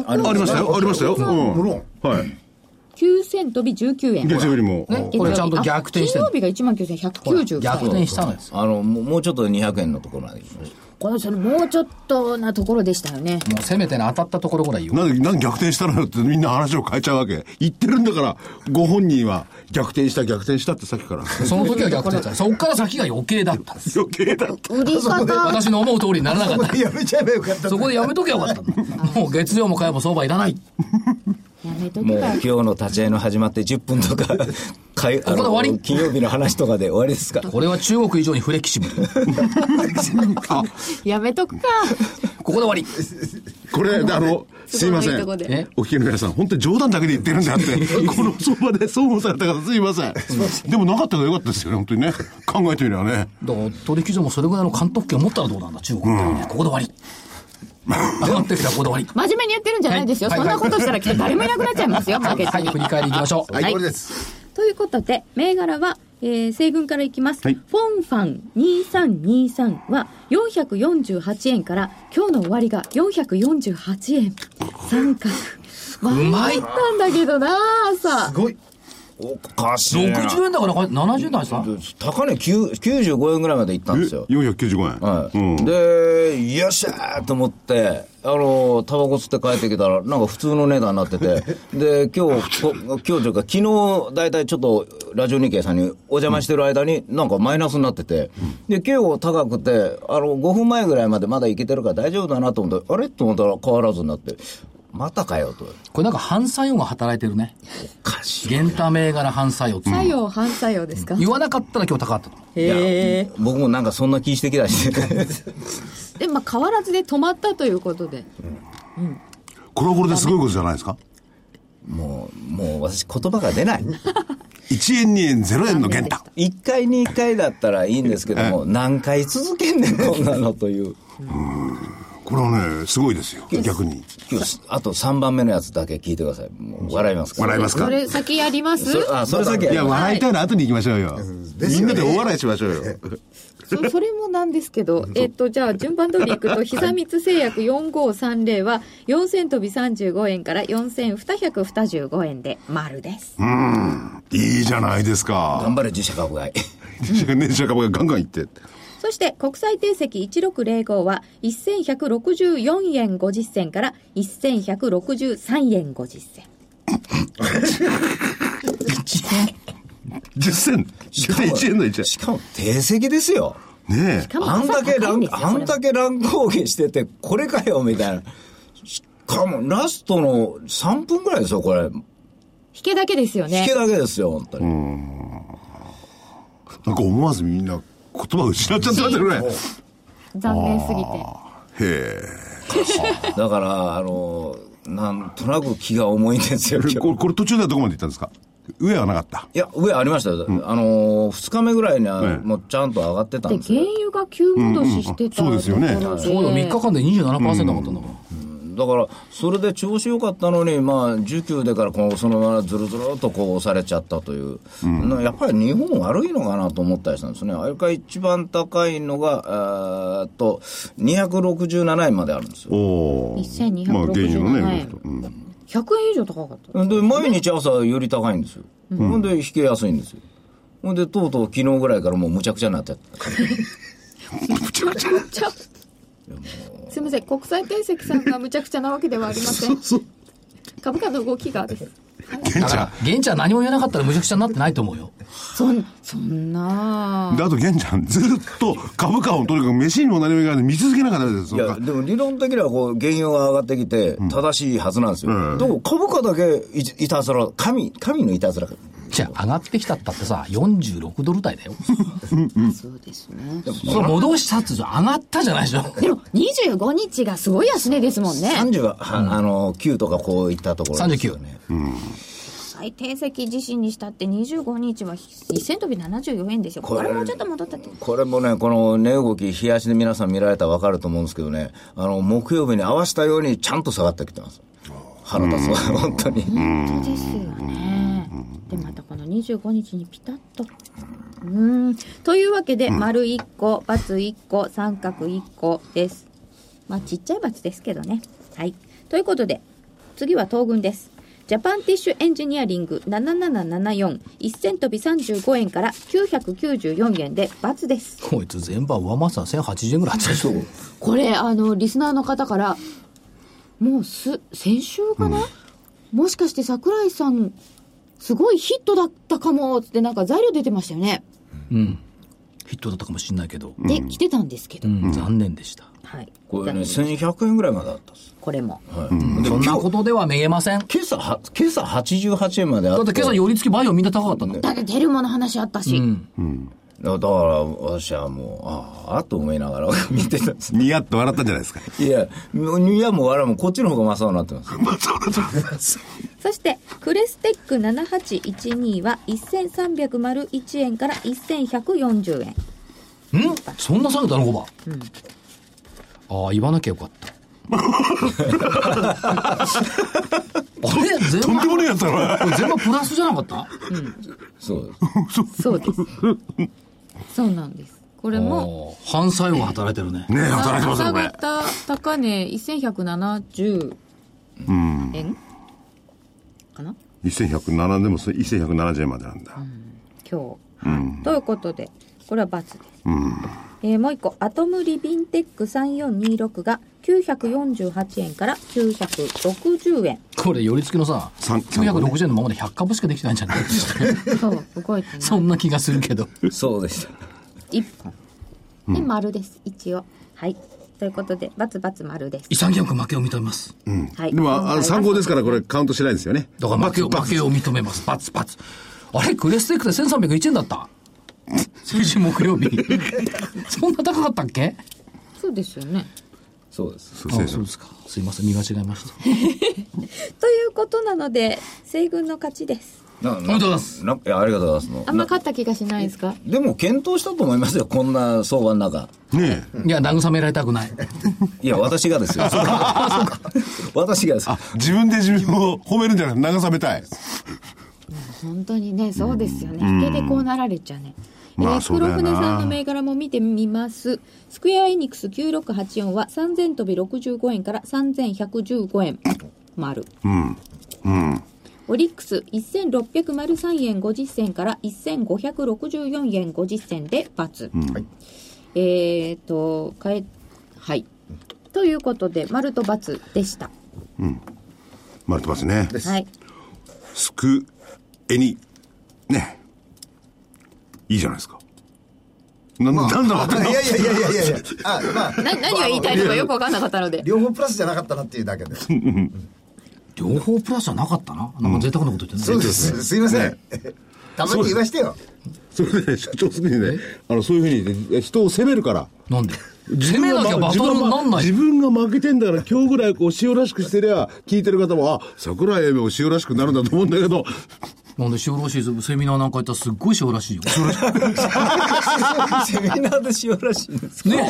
[SPEAKER 4] ありましたよ、ありましたよ。うん
[SPEAKER 5] 無論。
[SPEAKER 4] はい。
[SPEAKER 1] 9000飛び19円。
[SPEAKER 4] 月曜日も。
[SPEAKER 3] ね
[SPEAKER 2] これちゃんと逆転して
[SPEAKER 1] 金
[SPEAKER 2] る
[SPEAKER 1] 曜日が19,193
[SPEAKER 2] 逆
[SPEAKER 1] 円。
[SPEAKER 2] 転したのです
[SPEAKER 3] あのもうもうちょっとで200円のところまで行きまし
[SPEAKER 6] この人のもうちょっとなところでしたよね。
[SPEAKER 2] もうせめてね当たったところぐらい言おう
[SPEAKER 4] なんで、なんで逆転したのよってみんな話を変えちゃうわけ。言ってるんだから、ご本人は逆転した逆転したってさっき から。
[SPEAKER 2] その時は逆転した。そっから先が余計だったんです。
[SPEAKER 4] 余計だった。
[SPEAKER 6] 売り方、
[SPEAKER 2] 私の思う通りにならなか った。
[SPEAKER 5] やめちゃえばよかった
[SPEAKER 2] そこでやめとけばよかったもう月曜も火曜も相場いらない。こ
[SPEAKER 6] やめと
[SPEAKER 3] もう
[SPEAKER 6] きた
[SPEAKER 3] 今
[SPEAKER 6] い
[SPEAKER 3] 日。の立ち会いの始まって10分とかかいあ
[SPEAKER 2] こで終わり
[SPEAKER 3] の金曜日の話とかで終わりですか
[SPEAKER 2] れは中国以上にフレキシブル。
[SPEAKER 1] やめとくか。
[SPEAKER 2] ここで終わり。
[SPEAKER 4] これ、あの、すいませ
[SPEAKER 1] いい
[SPEAKER 4] ん。
[SPEAKER 1] とこで
[SPEAKER 2] え
[SPEAKER 4] お聞きの皆さん、本当に冗談だけで言ってるんだって。この相場で損をされた方、すいません。でもなかったからよかったですよね、本当にね。考えてみればね。
[SPEAKER 2] だから取引所もそれぐらいの監督権を持ったらどうなんだ、中国って、ここで終わり。上がってきたらここで終わり。
[SPEAKER 1] 真面目にやってるんじゃないですよ。
[SPEAKER 2] はい
[SPEAKER 1] そんなことしたらきっと誰もいなくなっちゃいますよ、マーケット
[SPEAKER 2] はい、
[SPEAKER 1] に。
[SPEAKER 2] 振り返りいきましょう。
[SPEAKER 5] はい、これです。
[SPEAKER 6] ということで、銘柄は、えー、西軍からいきます。
[SPEAKER 4] はい
[SPEAKER 6] フォンファン2323は448円から、今日の終わりが448円。三角。
[SPEAKER 2] うまい
[SPEAKER 1] 迷ったんだけどな、朝
[SPEAKER 5] す。ごい。
[SPEAKER 3] おかしいな
[SPEAKER 2] 60円だから、これ70円台さ。
[SPEAKER 3] 高値9 95円ぐらいまで行った
[SPEAKER 4] え
[SPEAKER 3] んですよ
[SPEAKER 4] 495円。
[SPEAKER 3] はい
[SPEAKER 4] うん。
[SPEAKER 3] で、よっしゃーと思って、あの、タバコ吸って帰ってきたら、なんか普通の値段になってて、で、今日、こ今日というか、昨日、だいたいちょっと、ラジオ日経さんにお邪魔してる間に、なんかマイナスになってて、で、結構高くて、あの、5分前ぐらいまでまだいけてるから大丈夫だなと思って、あれと思ったら変わらずになって、またかよと。
[SPEAKER 2] これなんか反作用が働いてるね。
[SPEAKER 3] おかしい。
[SPEAKER 2] ゲンタ銘柄反作用っていうの
[SPEAKER 1] 作用、反作用ですか。
[SPEAKER 2] 言わなかったら今日高かったと。
[SPEAKER 1] へえ。
[SPEAKER 3] 僕もなんかそんな気してきた し、
[SPEAKER 1] で、まあ、変わらずで止まったということで。
[SPEAKER 4] これはこれですごいことじゃないですか。
[SPEAKER 3] もう、もう私言葉が出ない。
[SPEAKER 4] 1円、2円、0円の減太。
[SPEAKER 3] 1回に1回だったらいいんですけども、何回続けんねん、こんなのという。
[SPEAKER 4] これはね、すごいですよ。逆に。
[SPEAKER 3] 今日、あと3番目のやつだけ聞いてください。もう笑いますから。
[SPEAKER 4] 笑います
[SPEAKER 1] そ
[SPEAKER 4] か
[SPEAKER 1] れ先やります
[SPEAKER 3] そあ、それ先
[SPEAKER 4] いや、
[SPEAKER 3] や。
[SPEAKER 4] 笑いたいの後に行きましょうよ。
[SPEAKER 5] です
[SPEAKER 4] みん
[SPEAKER 5] よね
[SPEAKER 4] なで大笑いしましょうよ。
[SPEAKER 1] そそれもなんですけど、えっと、じゃあ、順番通りいくと、久光製薬4530は、4000飛び35円から4225円で、丸です。
[SPEAKER 4] いいじゃないですか。
[SPEAKER 3] 頑張れ、自社株買い。
[SPEAKER 4] 年社株がガンガンいって。
[SPEAKER 6] そして、国際定石1605は、1164円50銭から、1163円50銭。
[SPEAKER 4] 10銭。1円の1
[SPEAKER 3] しかも、定石ですよ。
[SPEAKER 4] 円。ねえ。
[SPEAKER 6] 多分
[SPEAKER 3] あんだけ
[SPEAKER 6] 高い
[SPEAKER 3] 乱
[SPEAKER 6] んですよ
[SPEAKER 3] あんだけ乱高下してて、これかよ、みたいな。しかも、ラストの3分ぐらいですよ、これ。引
[SPEAKER 1] 引けだけですよね
[SPEAKER 3] け。だけですよ、本当に。
[SPEAKER 4] なんか思わずみんな言葉を失っちゃってますよね。
[SPEAKER 1] 残念すぎて。
[SPEAKER 4] へ
[SPEAKER 3] だから、あの、なんとなく気が重いんですよ、今
[SPEAKER 4] え。
[SPEAKER 3] 日
[SPEAKER 4] これ、これ途中ではどこまで行ったんですか上はなかった。
[SPEAKER 3] いや、上ありましたよ。あのー、2日目ぐらいには、
[SPEAKER 4] ええ
[SPEAKER 3] もうちゃんと上がってたん
[SPEAKER 1] で、
[SPEAKER 3] ですよ
[SPEAKER 1] 原。油が急戻ししてたところで、
[SPEAKER 4] うんうんうんそう
[SPEAKER 2] そうだ、3日間で27%上がったんだから。
[SPEAKER 3] だから、それで調子良かったのに、まあ、19でからこうそのままずるずるっとこう押されちゃったという、なやっぱり日本悪いのかなと思ったりしたんですね。あれから一番高いのが、えーっと、267円まであるんですよ。
[SPEAKER 4] おお。
[SPEAKER 1] 1267
[SPEAKER 4] まあ原油のね、
[SPEAKER 1] 円
[SPEAKER 4] 上の人うん
[SPEAKER 1] 100円以上高かった。
[SPEAKER 3] で、毎日朝より高いんですよ。ほんで、引けやすいんですよ。ほんで、とうとう昨日ぐらいからもうむちゃくちゃになっちゃった。
[SPEAKER 1] ちょすみません、国際定石さんがむちゃくちゃなわけではありません。株価の動きがです。
[SPEAKER 4] 玄ちゃん。
[SPEAKER 2] 現地は何も言えなかったらむちゃくちゃになってないと思うよ。
[SPEAKER 1] そん、そんな。
[SPEAKER 4] であと玄ちゃん、ずっと株価をとにかく飯にも何もいかないで見続けなかったです
[SPEAKER 3] い
[SPEAKER 4] よ。
[SPEAKER 3] や、でも理論的にはこう、原油が上がってきて、正しいはずなんですよ。
[SPEAKER 4] うん
[SPEAKER 3] でも株価だけい、いたずら、神、神のいたずら。
[SPEAKER 2] じゃあ上がってきたったってさ、46ドル台だ よ。
[SPEAKER 1] そうですね。
[SPEAKER 2] それ戻したってじゃ上がったじゃないでしょ。
[SPEAKER 1] でも、25日がすごい安値ですもんね。
[SPEAKER 3] 30は、はあの、9とかこういったところですよね。
[SPEAKER 1] 最低席自身にしたって25日は1000飛び74円ですよ。これもうちょっと戻ったって。
[SPEAKER 3] これもね、この値動き、冷やしで皆さん見られたら分かると思うんですけどね、あの、木曜日に合わせたようにちゃんと下がってきてます。腹立つわ、本当に。
[SPEAKER 1] 本当ですよね。で、またこの25日にピタッと。うん。というわけで、丸1個、×1 個、三角1個です。まあ、ちっちゃい×ですけどね。はい。ということで、次は東軍です。
[SPEAKER 6] ジャパンティッシュエンジニアリング7774、1000飛び35円から994円で×です。
[SPEAKER 2] こいつ全部は上回ってたら1080円ぐらいあったでしょ。
[SPEAKER 1] これあのリスナーの方からもうす先週かな、もしかして桜井さんすごいヒットだったかもってなんか材料出てましたよね、
[SPEAKER 2] ヒットだったかもしれないけど、
[SPEAKER 1] で来てたんですけど、
[SPEAKER 2] うん残念でした。
[SPEAKER 6] はい。
[SPEAKER 3] これね、1100円ぐらいまであったんです。
[SPEAKER 6] これも。
[SPEAKER 2] そんなことではめげません。だ
[SPEAKER 3] 今朝は、今朝88円まであ
[SPEAKER 2] っ
[SPEAKER 3] って
[SPEAKER 2] て今朝寄り付きバイオみんな高かったんだ
[SPEAKER 1] だって出るもの話あったし、
[SPEAKER 3] だから、私はもう、ああ、と思いながら見てたんです。
[SPEAKER 4] ニヤッと笑ったんじゃないですか。
[SPEAKER 3] いや、いやもう、あれはもうこっちの方が正雄になってます。
[SPEAKER 6] そして、クレステック7812は1301円から1140円。
[SPEAKER 2] んそんな下げたの5番。ああ、言わなきゃよか った。あれ全
[SPEAKER 4] とんでもねえやつだな。
[SPEAKER 2] 部、全部プラスじゃなかった
[SPEAKER 3] そうです。
[SPEAKER 6] そうです。 そうなんです。これも、
[SPEAKER 2] もう、反作用が働いてるね。
[SPEAKER 4] ねえ、働いてます
[SPEAKER 1] 下
[SPEAKER 4] ね、こ
[SPEAKER 1] が
[SPEAKER 4] れ
[SPEAKER 1] っ。た高値1170
[SPEAKER 6] 円かな
[SPEAKER 4] 1107でもそれ1170円までなんだ。
[SPEAKER 6] 今日、ということでこれは×です、えーもう一個アトムリビンテック3426が948円から960円
[SPEAKER 2] これ、寄り付きのさ、
[SPEAKER 4] 三
[SPEAKER 2] 960円のままで100株しかできてないんじゃない
[SPEAKER 1] そう動いてない
[SPEAKER 2] そんな気がするけ ど。
[SPEAKER 3] そうでした。
[SPEAKER 6] 1本
[SPEAKER 1] で丸です一応
[SPEAKER 6] はいということで××丸です、
[SPEAKER 2] 潔く負けを認めます。
[SPEAKER 6] はい、
[SPEAKER 4] でも、ああ参考ですから、これカウントしないんですよね。
[SPEAKER 2] だから負けを、負けを認めます。バツバツ。あれクレステックで1301円だった先週木曜日。そんな高かったっけ
[SPEAKER 1] そうですよね
[SPEAKER 3] そうです。
[SPEAKER 4] そうですね。
[SPEAKER 2] ですか。すいません、見間違えました。
[SPEAKER 6] ということなので西軍の勝ちです
[SPEAKER 3] なお
[SPEAKER 2] で
[SPEAKER 3] め
[SPEAKER 2] とうございます。
[SPEAKER 3] なんかいやありがとうございます。
[SPEAKER 1] あんま勝った気がしないですか
[SPEAKER 3] でも検討したと思いますよ、こんな相場の中。
[SPEAKER 4] ねえ。
[SPEAKER 2] いや、慰められたくない。
[SPEAKER 3] いや、私がですよ。 私がです。
[SPEAKER 4] 自分で自分を褒めるんじゃなくて、流さめたい。
[SPEAKER 1] 本当にねそうですよね、引けでこうなられちゃうね、
[SPEAKER 4] まあ
[SPEAKER 1] えー
[SPEAKER 4] そうだよ
[SPEAKER 1] 黒
[SPEAKER 4] な
[SPEAKER 1] 船さんの銘柄も見てみますスクエアエニックス9684は3000飛び65円から3115円丸オリックス1603円50銭から1564円50銭で×、えーとかえはいということで丸と×でした
[SPEAKER 4] マルトバスね。
[SPEAKER 6] はい
[SPEAKER 4] スクエニ。ねえ。いいじゃないですか。な、なんだろう
[SPEAKER 5] いやいやいやいやいやいや。あ、まあ。
[SPEAKER 1] な何が言いたいのかよく分かんなかったので
[SPEAKER 5] 両方プラスじゃなかったなっていうだけで。
[SPEAKER 2] 両方プラスじゃなかったな。なんか贅沢なこと言って
[SPEAKER 5] そう
[SPEAKER 2] ね
[SPEAKER 5] です。すいません。たまに言わしてよ。
[SPEAKER 4] それでね、社長すぐにね、あの、そういうふうに言って、人を責めるから。
[SPEAKER 2] なんで攻めなきゃバトルになんない
[SPEAKER 4] 自。分が負けてんだから今日ぐらいこう塩らしくしてりゃ聞いてる方もあ桜井英明も塩らしくなるんだと思うんだけど
[SPEAKER 2] なんで、塩らしい、セミナーなんか行ったらすっごい塩らしいよ。
[SPEAKER 3] セミナーでしようらしいんですか
[SPEAKER 2] ね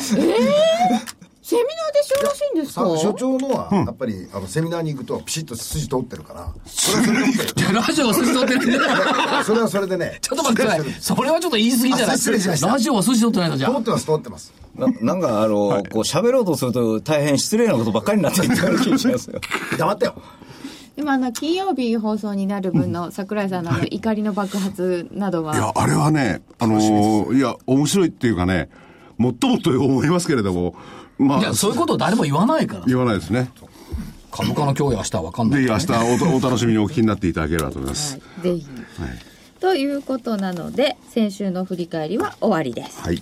[SPEAKER 1] セミナーでしょらしいんですか
[SPEAKER 5] あ所長のは、やっぱり、あの、セミナーに行くと、ピシッと筋通ってる から、それはそれで OK
[SPEAKER 2] ラジオは筋取ってない。
[SPEAKER 5] それはそれでね。
[SPEAKER 2] ちょっと待ってください。それはちょっと言い過ぎじゃない
[SPEAKER 5] あ失礼しました
[SPEAKER 2] ラジオは筋取ってないのじゃ
[SPEAKER 5] 通っ
[SPEAKER 2] あ。
[SPEAKER 5] てます、通ってます。
[SPEAKER 3] ななんか、あの、こう、喋ろうとすると大変失礼なことばっかりになっていったような気がしま すよ。
[SPEAKER 5] 黙ってよ。
[SPEAKER 1] 今あの金曜日放送になる分の桜井さんのあの怒りの爆発など
[SPEAKER 4] いや
[SPEAKER 1] は
[SPEAKER 4] あれはねあのーいや面白いっていうかねもっともっと思いますけれどもまあ
[SPEAKER 2] いや、そういうことを誰も言わないから。
[SPEAKER 4] 言わないですね
[SPEAKER 2] 株価の脅威明日は分かんな
[SPEAKER 4] ぜ
[SPEAKER 2] い
[SPEAKER 4] ひ
[SPEAKER 2] から
[SPEAKER 4] 明
[SPEAKER 2] ね。
[SPEAKER 4] 日お お楽しみにお聞きになっていただければと思います
[SPEAKER 6] はいぜひ、ということなので先週の振り返りは終わりです
[SPEAKER 4] はい、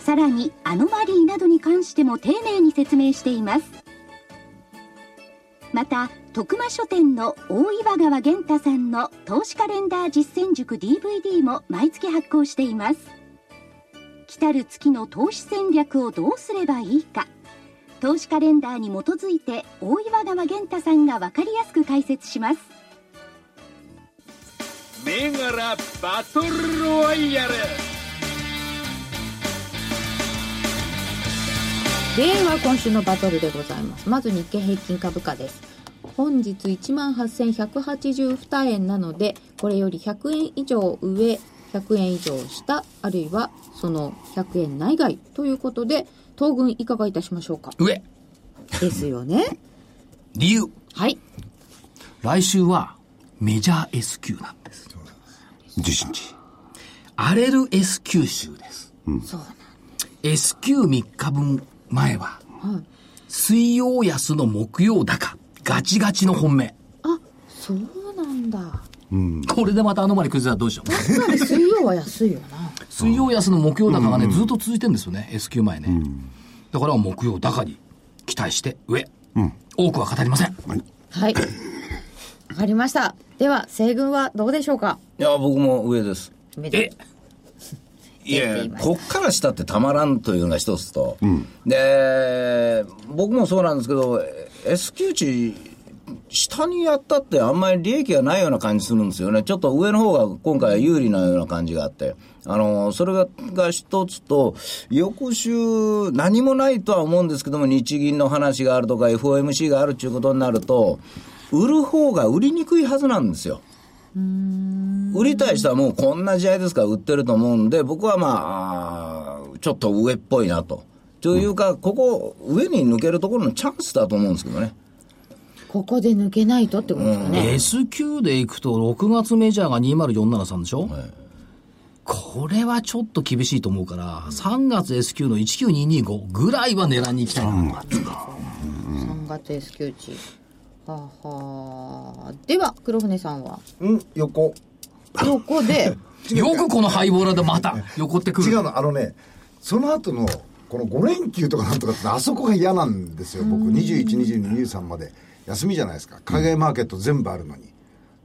[SPEAKER 8] さらにアノマリーなどに関しても丁寧に説明していますまた徳間書店の大岩川源太さんの投資カレンダー実践塾 DVD も毎月発行しています来たる月の投資戦略をどうすればいいか投資カレンダーに基づいて大岩川源太さんが分かりやすく解説します
[SPEAKER 9] 銘柄バトルロワイヤル
[SPEAKER 1] では今週のバトルでございますまず日経平均株価です本日1万8182円なのでこれより100円以上上100円以上下あるいはその100円内外ということで東軍いかがいたしましょうか
[SPEAKER 2] 上
[SPEAKER 1] ですよね
[SPEAKER 2] 理由
[SPEAKER 1] はい
[SPEAKER 2] 来週はメジャー S q なんです
[SPEAKER 4] 地震地。
[SPEAKER 2] 荒れる S q 週です、
[SPEAKER 1] そうだな
[SPEAKER 2] S q 3日分前は、水曜安の木曜高ガチガチの本命、
[SPEAKER 1] あそうなんだ
[SPEAKER 2] これでまたあのまり崩れたらどうしよう
[SPEAKER 1] つまり水曜は安いよな
[SPEAKER 2] 水曜安の木曜高がね、ずっと続いてるんですよね S q 前ね、だから木曜高に期待して上、多くは語りません
[SPEAKER 1] はいわかりましたでは西軍はどうでしょうか
[SPEAKER 3] いや、僕も上です。
[SPEAKER 1] めで
[SPEAKER 3] いや
[SPEAKER 1] 言いました
[SPEAKER 3] こっからしたってたまらんというのが一つと、で僕もそうなんですけど、S q 値、下にやったってあんまり利益がないような感じするんですよね、ちょっと上の方が今回は有利なような感じがあって、あのそれがが一つと、翌週、何もないとは思うんですけども、日銀の話があるとか、FOMC があるということになると、売る方が売りにくいはずなんですよ。売りたい人はもうこんな時代ですから売ってると思うんで、僕はまああー、ちょっと上っぽいなと。というか、ここ、上に抜けるところのチャンスだと思うんですけどね。
[SPEAKER 1] ここで抜けないとってことですかね、
[SPEAKER 2] S q でいくと6月メジャーが20473でしょ、これはちょっと厳しいと思うから、3月 S q の19225ぐらいは狙いに行きたいな
[SPEAKER 1] 3月 S q 値はあはあでは黒船さん は
[SPEAKER 5] うん、横。
[SPEAKER 1] そこで
[SPEAKER 2] よくこのハイボーラーでまた横ってくる
[SPEAKER 5] 違うの、あのね、その後の、この5連休とかなんとかって、あそこが嫌なんですよ、僕、21、22、23まで、休みじゃないですか、海外マーケット全部あるのに。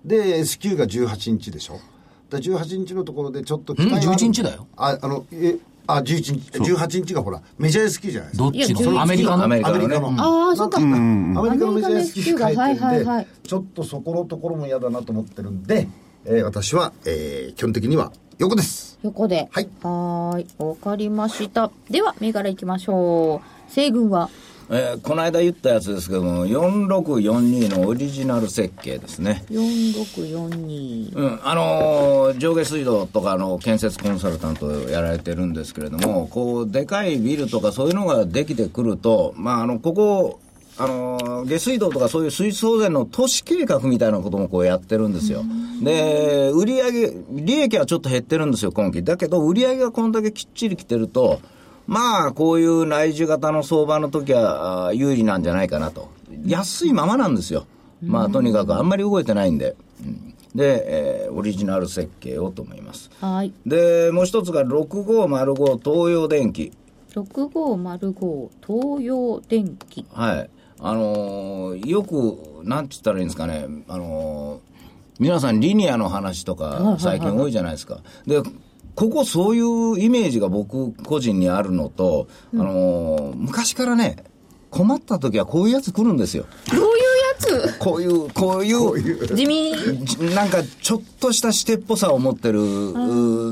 [SPEAKER 5] で、S q が18日でしょ。だから18日のところでちょっと期待がある
[SPEAKER 2] 11日だよ。
[SPEAKER 5] あ、あの、え、あ、11日、18日がほら、メジャー S q じゃないですか
[SPEAKER 2] どっ。ち
[SPEAKER 1] い
[SPEAKER 2] の
[SPEAKER 1] や
[SPEAKER 2] アメリカの
[SPEAKER 3] アメリ
[SPEAKER 5] アメリカ
[SPEAKER 3] カ
[SPEAKER 5] の。
[SPEAKER 3] の
[SPEAKER 5] うん
[SPEAKER 3] ね。
[SPEAKER 1] ああそっか、
[SPEAKER 5] アメリカのメジャー S q が
[SPEAKER 1] アメリカの SQ
[SPEAKER 5] 書い
[SPEAKER 1] がはい
[SPEAKER 5] て
[SPEAKER 1] はいは
[SPEAKER 5] るん
[SPEAKER 1] い
[SPEAKER 5] で、ちょっとそこのところも嫌だなと思ってるんで、えー私は、えー基本的には横です。
[SPEAKER 1] 横で
[SPEAKER 5] はい
[SPEAKER 1] はーいわかりましたでは銘柄いきましょう西軍は
[SPEAKER 3] えーこの間言ったやつですけども、4642のオリジナル設計ですね。
[SPEAKER 1] 4642
[SPEAKER 3] うん、あのー上下水道とかの建設コンサルタントをやられてるんですけれども、こう、でかいビルとかそういうのができてくると、まあ、あの、ここ、あのー下水道とかそういう水質保全の都市計画みたいなこともこうやってるんですよ。で、売り上げ、利益はちょっと減ってるんですよ、今期。だけど、売り上げがこんだけきっちり来てると、まあ、こういう内需型の相場の時は、あー有利なんじゃないかなと。安いままなんですよ。まあ、とにかくあんまり動いてないんで。うんで、えーオリジナル設計をと思います。
[SPEAKER 1] はい
[SPEAKER 3] で、もう一つが6505東洋電機。
[SPEAKER 1] 6505東洋電機
[SPEAKER 3] はい。あのーよく、なんて言ったらいいんですかね、あのー皆さんリニアの話とか最近多いじゃないですか。で、ここそういうイメージが僕個人にあるのと、あのー昔からね、困った時はこういうやつ来るんですよ。
[SPEAKER 1] どういうや
[SPEAKER 3] こういう、こういう、
[SPEAKER 1] つ地味
[SPEAKER 3] じなんかちょっとしたしてっぽさを持ってる、う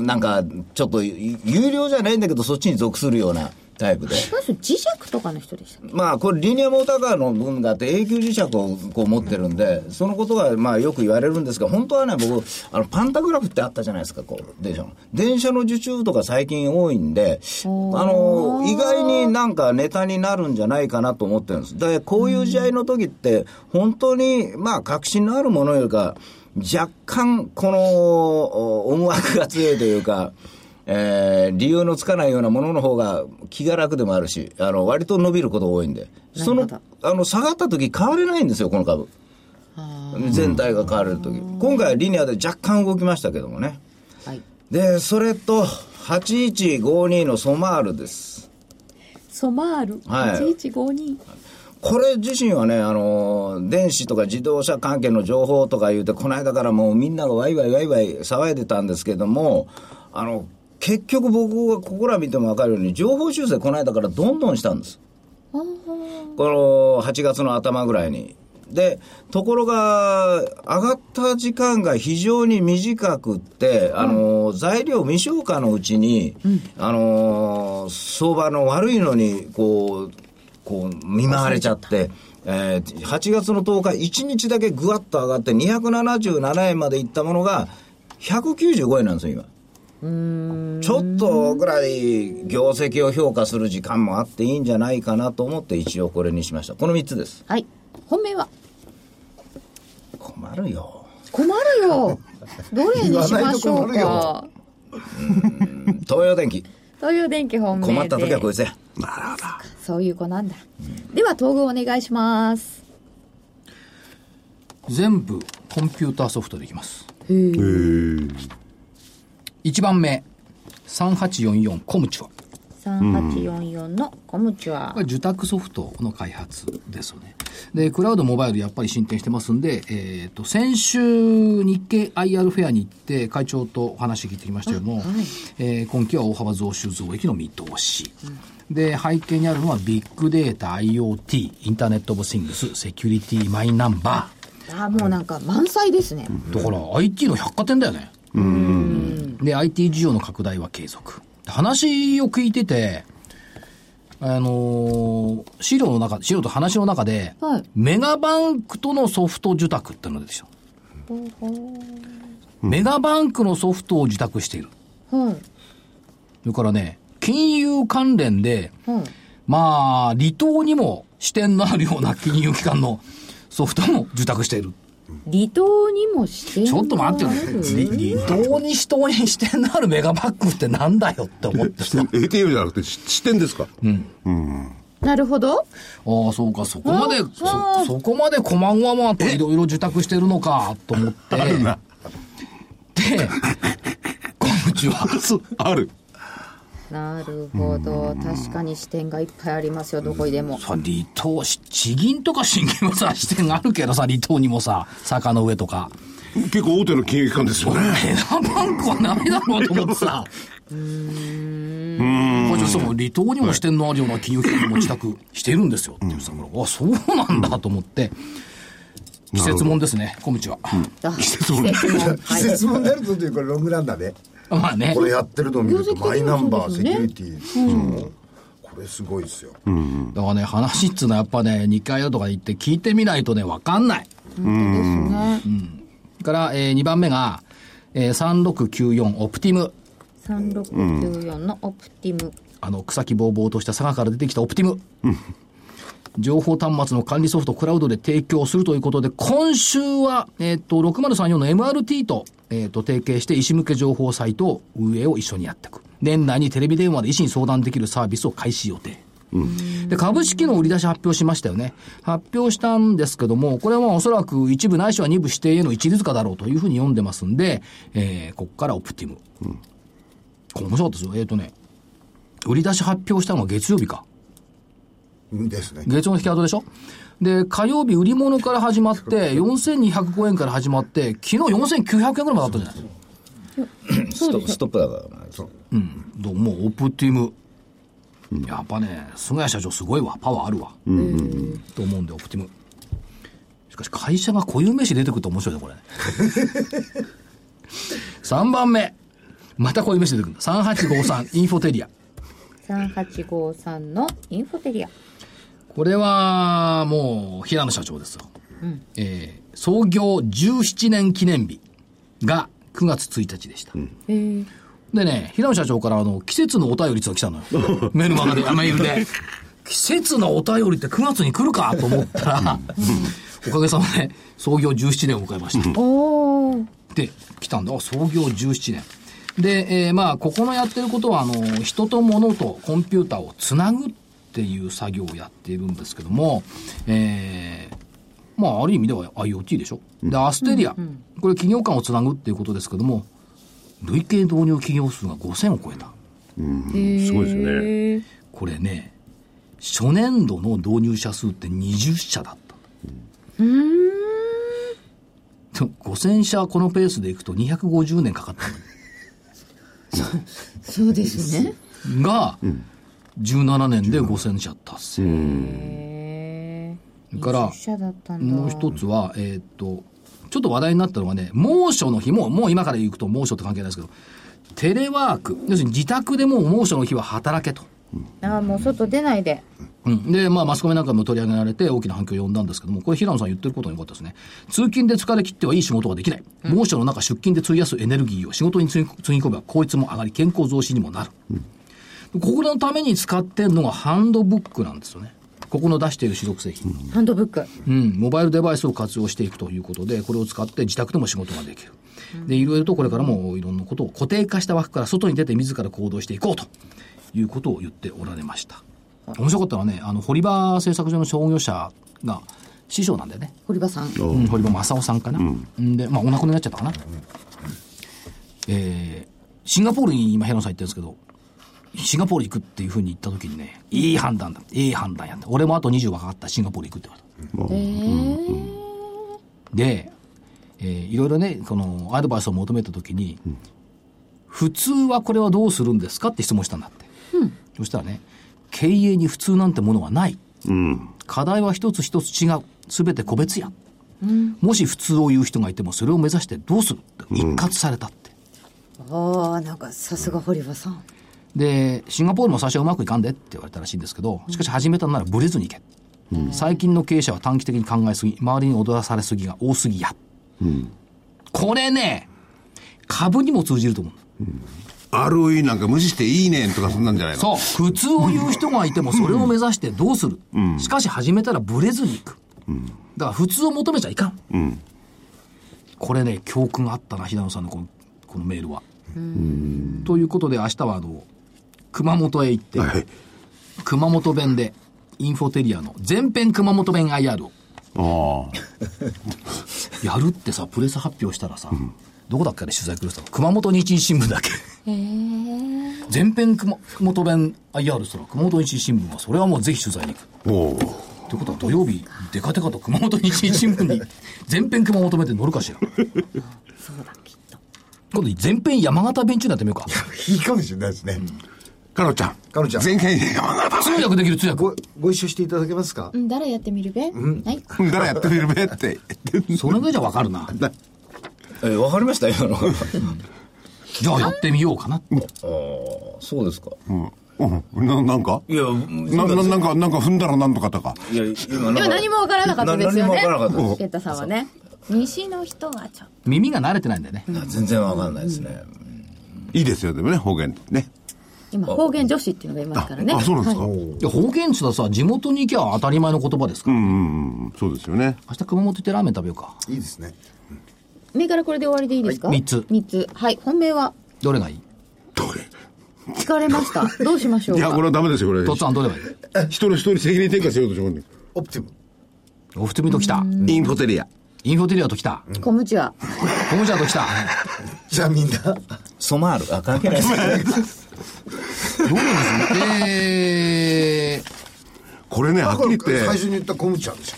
[SPEAKER 3] ーなんかちょっと有料じゃないんだけど、そっちに属するようなタイプで。
[SPEAKER 1] まず磁石とかの人でしたっけ
[SPEAKER 3] まあこれリニアモーターカーの部分があって永久磁石をこう持ってるんで、そのことがまあよく言われるんですが、本当はね、僕、あのパンタグラフってあったじゃないですか、こう、電車の。電車の受注とか最近多いんで、あの、意外になんかネタになるんじゃないかなと思ってるんです。で、こういう試合の時って、本当にまあ確信のあるものよりか、若干このお思惑が強いというか、えー理由のつかないようなものの方が気が楽でもあるし、あの、割と伸びることが多いんで。その、あの、下がった時買われないんですよ、この株。全体が買われる時。今回はリニアで若干動きましたけどもね。
[SPEAKER 1] はい
[SPEAKER 3] で、それと、8152のソマールです。
[SPEAKER 1] ソマール
[SPEAKER 3] はい
[SPEAKER 1] 8152
[SPEAKER 3] これ自身はね、あの、電子とか自動車関係の情報とか言うて、この間からもうみんながワイワイワイワイ騒いでたんですけども、あの、結局僕がここら見てもわかるように、情報修正この間からどんどんしたんです。
[SPEAKER 1] あ
[SPEAKER 3] この8月の頭ぐらいに。で、ところが、上がった時間が非常に短くって、あの、材料未消化のうちに、あの、相場の悪いのに、こう、こう、見舞われちゃって、えー8月の10日、1日だけぐわっと上がって、277円までいったものが、195円なんですよ、今。ちょっとぐらい業績を評価する時間もあっていいんじゃないかなと思って一応これにしました。この3つです。
[SPEAKER 6] はい。本命は
[SPEAKER 3] 困 るよ。
[SPEAKER 6] 困るよ。どれにしまし
[SPEAKER 5] 言
[SPEAKER 6] ょ
[SPEAKER 5] わ
[SPEAKER 6] う
[SPEAKER 5] ないと困
[SPEAKER 6] か。
[SPEAKER 3] 東洋電機。
[SPEAKER 6] 東洋電機本命で。
[SPEAKER 3] 困った時はこいつや。
[SPEAKER 6] そういう子なんだ。では、東軍お願いします。
[SPEAKER 2] 全部コンピューターソフトでいきます
[SPEAKER 4] えー、
[SPEAKER 2] 1番目3844コムチュア
[SPEAKER 6] 3844のコムチュア
[SPEAKER 2] これ。受託ソフトの開発ですよね。で、クラウド、モバイル、やっぱり進展してますんで、えっ、と、先週、日経 IR フェアに行って、会長とお話聞いてきましたけども、えー今期は大幅増収増益の見通し。で、背景にあるのは、ビッグデータ、IoT、インターネット・オブ・シングス、セキュリティ、マイナンバ
[SPEAKER 6] あーもうなんか満載ですね。
[SPEAKER 2] ー。だから、IT の百貨店だよね。で、IT 需要の拡大は継続。話を聞いてて、あのー資料の中、資料と話の中で、
[SPEAKER 6] はい
[SPEAKER 2] メガバンクとのソフト受託ってのでしょ。メガバンクのソフトを受託している。
[SPEAKER 6] はい。
[SPEAKER 2] それからね、金融関連で、まあ、離島にも支店のあるような金融機関のソフトも受託している。
[SPEAKER 6] 離島にもして
[SPEAKER 2] ちょっと待ってくれ。離島に支店に支店のあるメガバンクってなんだよって思って さ。
[SPEAKER 4] ATM じゃなくてし支店ですか、
[SPEAKER 6] なるほ
[SPEAKER 2] あ
[SPEAKER 6] ど。
[SPEAKER 2] あ、そうか、そこまで、そ、そこまで細々といろいろ受託してるのか、と思って。で、こんにちは。
[SPEAKER 4] そう ある
[SPEAKER 6] なるほど。確かに視点がいっぱいありますよ、どこにでも。
[SPEAKER 2] さ、離島し、地銀とか新銀はさ、支店があるけどさ、離島にもさ、坂の上とか。
[SPEAKER 4] 結構大手の金融機関で すよね
[SPEAKER 2] メガバンクはダメだろうと思ってさ。うん。これそう、離島にも支店のあるような金融機関にも自宅してるんですよっていうさ、ほらあ、そうなんだと思って、季節もんですね、こんにちは。
[SPEAKER 6] あ季節も。
[SPEAKER 5] 季
[SPEAKER 6] はい。
[SPEAKER 5] 節も出るとというかロングランだね
[SPEAKER 2] まあね。
[SPEAKER 5] これやってるのを見ると
[SPEAKER 6] 業績
[SPEAKER 5] マ
[SPEAKER 6] 的
[SPEAKER 5] イ
[SPEAKER 6] にも
[SPEAKER 5] ナンバー
[SPEAKER 6] そう
[SPEAKER 5] セ
[SPEAKER 6] で
[SPEAKER 5] キ
[SPEAKER 6] す
[SPEAKER 5] ュ
[SPEAKER 6] ね
[SPEAKER 5] リティそのこれすごいですよ
[SPEAKER 2] だからね、話っつうのはやっぱね、2回やるとか言って聞いてみないとね、わかんない。
[SPEAKER 6] 本当ですね。
[SPEAKER 2] から、え2番目が、えー3694オプティム。
[SPEAKER 6] 3694のオプティム。
[SPEAKER 2] あの、草木ぼうぼうとした佐賀から出てきたオプティム。情報端末の管理ソフトクラウドで提供するということで、今週は、えっ、と、6034の MRT と、えっ、と、提携して、医師向け情報サイトを運営を一緒にやっていく。年内にテレビ電話で医師に相談できるサービスを開始予定。で、株式の売り出し発表しましたよね。発表したんですけども、これはまあおそらく一部ないしは二部指定への一律化だろうというふうに読んでますんで、えー、ここからオプティム。これ面白かったですよ。えっ、とね、売り出し発表したのが月曜日か。
[SPEAKER 5] ですね
[SPEAKER 2] 月曜の引き跡でしょで、火曜日売り物から始まって、4205円から始まって、昨日4900円ぐらいまであったじゃないですか。
[SPEAKER 3] ストストップだから。そう
[SPEAKER 2] どうもうオプティム、やっぱね菅谷社長すごいわパワーあるわ、と思うんでオプティムしかし会社が固有名詞出てくると面白いねこれね3番目また固有名詞出てくるんだ3853インフォテリア
[SPEAKER 6] 3853のインフォテリア。
[SPEAKER 2] これはもう平野社長ですよ、えー創業17年記念日が9月1日でした、でね平野社長からあの季節のお便りっていうのが来たのよメールマガであメールで季節のお便りって9月に来るかと思ったら、おかげさまで創業17年を迎えました、
[SPEAKER 6] おー。
[SPEAKER 2] で来たんだあ創業17年で、えーまあここのやってることはあの人と物とコンピューターをつなぐっていう作業をやっているんですけどもえーまあある意味では IoT でしょでアステリア、これ企業間をつなぐっていうことですけども累計導入企業数が5000を超えた
[SPEAKER 4] すごいですよね
[SPEAKER 2] これね初年度の導入者数って20社だったうん5000社このペースでいくと250年かかったの
[SPEAKER 6] そうですね。
[SPEAKER 2] が、 17年で5000社達成。
[SPEAKER 6] へ
[SPEAKER 2] だから
[SPEAKER 6] 20社だったんだ
[SPEAKER 2] もう一つは、えーっと、ちょっと話題になったのがね、猛暑の日も、もう今から行くと猛暑って関係ないですけど、テレワーク、要するに自宅でもう猛暑の日は働けと。
[SPEAKER 6] ああもう外出ないで
[SPEAKER 2] うん、で、まあ、マスコミなんかも取り上げられて大きな反響を呼んだんですけども、これ、平野さん言ってることによかったですね。通勤で疲れ切ってはいい仕事ができない。猛暑の中、出勤で費やすエネルギーを仕事につぎつぎ込めば効率も上がり、健康増進にもなる。ここのために使ってるのがハンドブックなんですよね。ここの出している主力製品。
[SPEAKER 6] ハンドブック
[SPEAKER 2] うん、モバイルデバイスを活用していくということで、これを使って自宅でも仕事ができる。で、いろいろとこれからもいろんなことを固定化した枠から外に出て自ら行動していこうということを言っておられました。面白かったのはね、あの、堀場製作所の創業者が師匠なんだよね。
[SPEAKER 6] 堀場さん
[SPEAKER 2] うん、堀場正夫さんかな。ん、で、まあ、お亡くなりになっちゃったかな。えー、シンガポールに今、平野さん行ってるんですけど、シンガポール行くっていうふうに言った時にね、いい判断だ。いい判断やった。俺もあと20若かったらシンガポール行くって言われた。で、えーいろいろね、このアドバイスを求めたときに、普通はこれはどうするんですかって質問したんだって。そしたらね、経営に普通なんてものはない。課題は一つ一つ違う。すべて個別や。もし普通を言う人がいても、それを目指してどうするって一括されたって。
[SPEAKER 6] ああなんかさすが堀場さん
[SPEAKER 2] で、シンガポールも最初はうまくいかんでって言われたらしいんですけど、しかし始めたのならブレずにいけ。最近の経営者は短期的に考えすぎ、周りに踊らされすぎが多すぎや。これね、株にも通じると思う。
[SPEAKER 4] ROE なんか無視していいねんとかそんなんじゃないの
[SPEAKER 2] そう。普通を言う人がいても、それを目指してどうする。しかし始めたらブレずにいく。だから普通を求めちゃいかん。これね、教訓があったな、平野さんのこのこのメールは。ということで、明日はあの、熊本へ行って、
[SPEAKER 4] はい。
[SPEAKER 2] 熊本弁で、インフォテリアの全編熊本弁 IR を
[SPEAKER 4] あ
[SPEAKER 2] やるってさ、プレス発表したらさ、どこだっけで取材来る人熊本日日新聞だっけ。全編熊本弁 IR したら、熊本日日新聞は、それはもうぜひ取材に行く。
[SPEAKER 4] あ。おう
[SPEAKER 2] ということは土曜日、デカデカと熊本日日新聞に全編熊本弁で乗るかしら。今度全編山形弁中になってみようか。
[SPEAKER 5] いいかもしれないですね。
[SPEAKER 4] カロちゃん。
[SPEAKER 5] カロちゃん
[SPEAKER 4] 前回山形
[SPEAKER 2] 通訳できる通訳。
[SPEAKER 5] ご、ご一緒していただけますか
[SPEAKER 1] うん、誰やってみるべ、はい。
[SPEAKER 4] だらやってみるべって。
[SPEAKER 2] それぐらいじゃわかるな。
[SPEAKER 3] えーわかりました今 の
[SPEAKER 2] じゃあやってみようかな。
[SPEAKER 3] そうですか
[SPEAKER 4] うん。な、なんか
[SPEAKER 3] いや
[SPEAKER 4] な、な、なんか、なんか踏んだらなんとかとか。
[SPEAKER 3] いや今
[SPEAKER 1] で
[SPEAKER 3] な
[SPEAKER 1] も
[SPEAKER 3] ん
[SPEAKER 1] 何もわからなかったですよね
[SPEAKER 3] な何もわからなかった
[SPEAKER 1] ケタさんはね西の人はちょっ
[SPEAKER 2] 耳が慣れてないんだよね。
[SPEAKER 3] です全然わかんないですね、
[SPEAKER 4] いいですよ、でもね、方言ね。
[SPEAKER 1] と今方言女子っていうのがいますからね
[SPEAKER 4] あ、そうなんですか。
[SPEAKER 2] いや方言ってさ、地元に行きゃ当たり前の言葉ですから。
[SPEAKER 4] うん、そうですよね。
[SPEAKER 2] 明日熊本行ってラーメン食べようか。
[SPEAKER 5] いいですね。
[SPEAKER 1] 目からこれで終わりでいいですか、
[SPEAKER 2] はい三つ
[SPEAKER 1] 3つはい本命は
[SPEAKER 2] どれがいい
[SPEAKER 1] 聞かれましたどうしましょ
[SPEAKER 4] いうや、こ
[SPEAKER 1] か
[SPEAKER 4] れはダメですよ、これ。
[SPEAKER 2] とっつぁんどれがいい
[SPEAKER 4] 人の一人責任転嫁しようとしようね。
[SPEAKER 5] オプティム。
[SPEAKER 2] おふつみと来た。
[SPEAKER 4] インフォテリア。
[SPEAKER 2] インフォテリアと来た。
[SPEAKER 1] 小ムチは
[SPEAKER 2] コムジャーと来た。
[SPEAKER 5] じゃあみんな、
[SPEAKER 3] ソマールあ関係ないです ね
[SPEAKER 2] どれですえー、
[SPEAKER 4] これね、はっきり言っ
[SPEAKER 5] これ最
[SPEAKER 4] て
[SPEAKER 5] 初、に言ったコムチャーでしょ。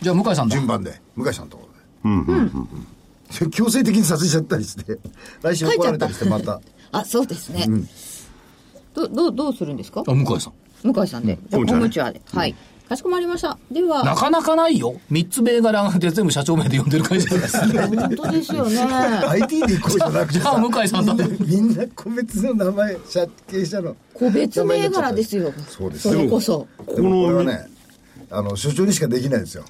[SPEAKER 2] じゃあ向井さんだ。
[SPEAKER 5] 順番で。向井さんのところで。うん。強制的にさせちゃったりして、来週怒られたりして、また。
[SPEAKER 1] あそうですね、どどうどうするんですか
[SPEAKER 2] あ、向井さん。
[SPEAKER 1] 向井さんでじゃあ
[SPEAKER 4] 小
[SPEAKER 1] 小
[SPEAKER 4] ム
[SPEAKER 1] ム
[SPEAKER 4] チ
[SPEAKER 1] チ
[SPEAKER 4] は
[SPEAKER 1] はではいかしこまりましたでは
[SPEAKER 2] なかなかないよ。三つ銘柄上がって全部社長名で呼んでる会社です。
[SPEAKER 1] 本当ですよね
[SPEAKER 5] IT で行こうじゃなくて
[SPEAKER 2] じゃあ向井さんだ
[SPEAKER 5] みなみんな個別の名前借景したの
[SPEAKER 1] 個別銘柄ですよ
[SPEAKER 5] そうです
[SPEAKER 1] それこそ
[SPEAKER 5] でもこれはねあの所長にしかできないですよ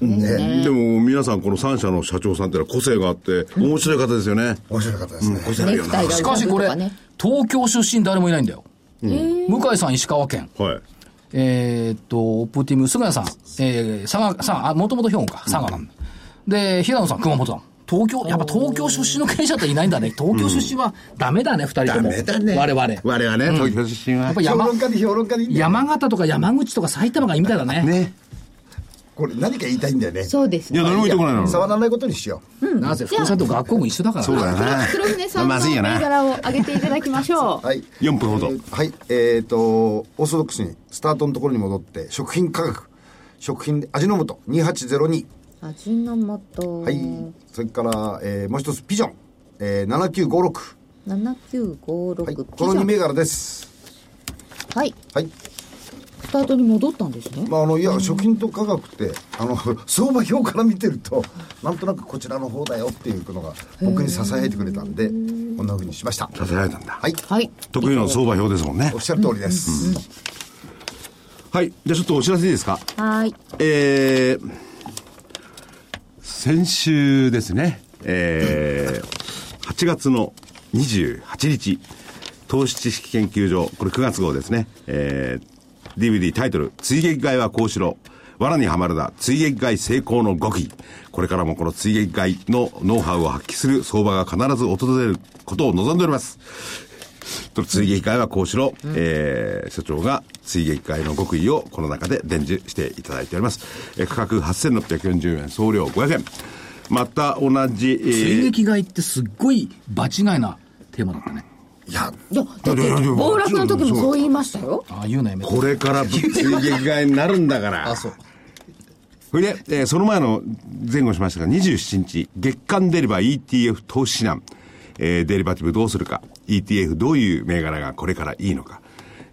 [SPEAKER 4] でも皆さんこの3社の社長さんってのは個性があって、面白い方ですよね。
[SPEAKER 5] 面白かったですね、
[SPEAKER 1] ネクタイが
[SPEAKER 2] し
[SPEAKER 1] 浮
[SPEAKER 2] か
[SPEAKER 1] か
[SPEAKER 2] し
[SPEAKER 1] ぶ
[SPEAKER 2] ことれ
[SPEAKER 1] かね、
[SPEAKER 2] 東京出身誰もいないんだよ。向井さん、石川県。
[SPEAKER 4] はい。
[SPEAKER 2] えーっと、オプティム、菅谷さん、えー、佐賀、さん、あ、もともと兵庫か、佐賀なんだ。で、平野さん、熊本だもん。東京、やっぱ東京出身の経営者っていないんだね。東京出身はダメだね、二人とも。我々。や
[SPEAKER 4] 我々ね、東京出身は
[SPEAKER 2] っぱ。
[SPEAKER 5] 評
[SPEAKER 2] 山
[SPEAKER 5] 論、家で評論家でいいんだよ
[SPEAKER 2] 山形とか山口とか埼玉がいいみたいだね。
[SPEAKER 4] ね。
[SPEAKER 5] これ何か言いたいんだよね
[SPEAKER 1] そうです
[SPEAKER 4] いや、
[SPEAKER 1] ね
[SPEAKER 4] 何も言ってこないの。
[SPEAKER 5] 触らないことにしよう
[SPEAKER 2] なぜ、福井さんと学校も一緒だから。
[SPEAKER 4] そうだよね。
[SPEAKER 1] 黒船さん
[SPEAKER 4] ま
[SPEAKER 1] の
[SPEAKER 4] ずい
[SPEAKER 1] 銘
[SPEAKER 4] よな。
[SPEAKER 1] 柄を上げていただきましょう
[SPEAKER 5] はい
[SPEAKER 4] 4分ほど
[SPEAKER 5] えーはいえっ、とオーソドックスにスタートのところに戻って食品価格食品で味の素2802
[SPEAKER 1] 味の素
[SPEAKER 5] はいそれから、えーもう一つピジョン、えー、7956
[SPEAKER 1] 7956
[SPEAKER 5] はい、
[SPEAKER 1] ピ
[SPEAKER 5] この
[SPEAKER 1] ジョ
[SPEAKER 5] 2
[SPEAKER 1] ン
[SPEAKER 5] 銘柄です
[SPEAKER 1] はい。
[SPEAKER 5] はい。
[SPEAKER 1] スタートに戻ったんですね。
[SPEAKER 5] まあ、あのいや食品と価格ってあの 相場表から見てるとなんとなくこちらの方だよっていうのが僕に支えてくれたんでこんなふうにしました
[SPEAKER 4] 支えられたんだ
[SPEAKER 5] はい、
[SPEAKER 1] はい。
[SPEAKER 4] 得意の相場表ですもんね
[SPEAKER 5] おっしゃる通りです、
[SPEAKER 4] はいじゃあちょっとお知らせいいですか
[SPEAKER 1] はい。
[SPEAKER 4] えー先週ですね、えー8月の28日、投資知識研究所、これ9月号ですね、えー DVD タイトル、追撃外はこうしろ、罠にはまるだ、追撃外成功の極意。これからもこの追撃外のノウハウを発揮する相場が必ず訪れることを望んでおります。と追撃会はこうしろ、えー所長が追撃会の極意をこの中で伝授していただいております。えー価格8640円、送料500円。また同じ、えー
[SPEAKER 2] 追撃買いってすっごい場違いなテーマだったね
[SPEAKER 5] いや
[SPEAKER 1] いや、だって、暴落の時もそう言いましたよ。
[SPEAKER 2] ああいうのやめて
[SPEAKER 4] これから ぶっつい劇外になるんだから。
[SPEAKER 2] あそう
[SPEAKER 4] それで、えーその前の前後しましたが、27日、月間デリバー ETF 投資指南、えーデリバティブどうするか、ETF どういう銘柄がこれからいいのか、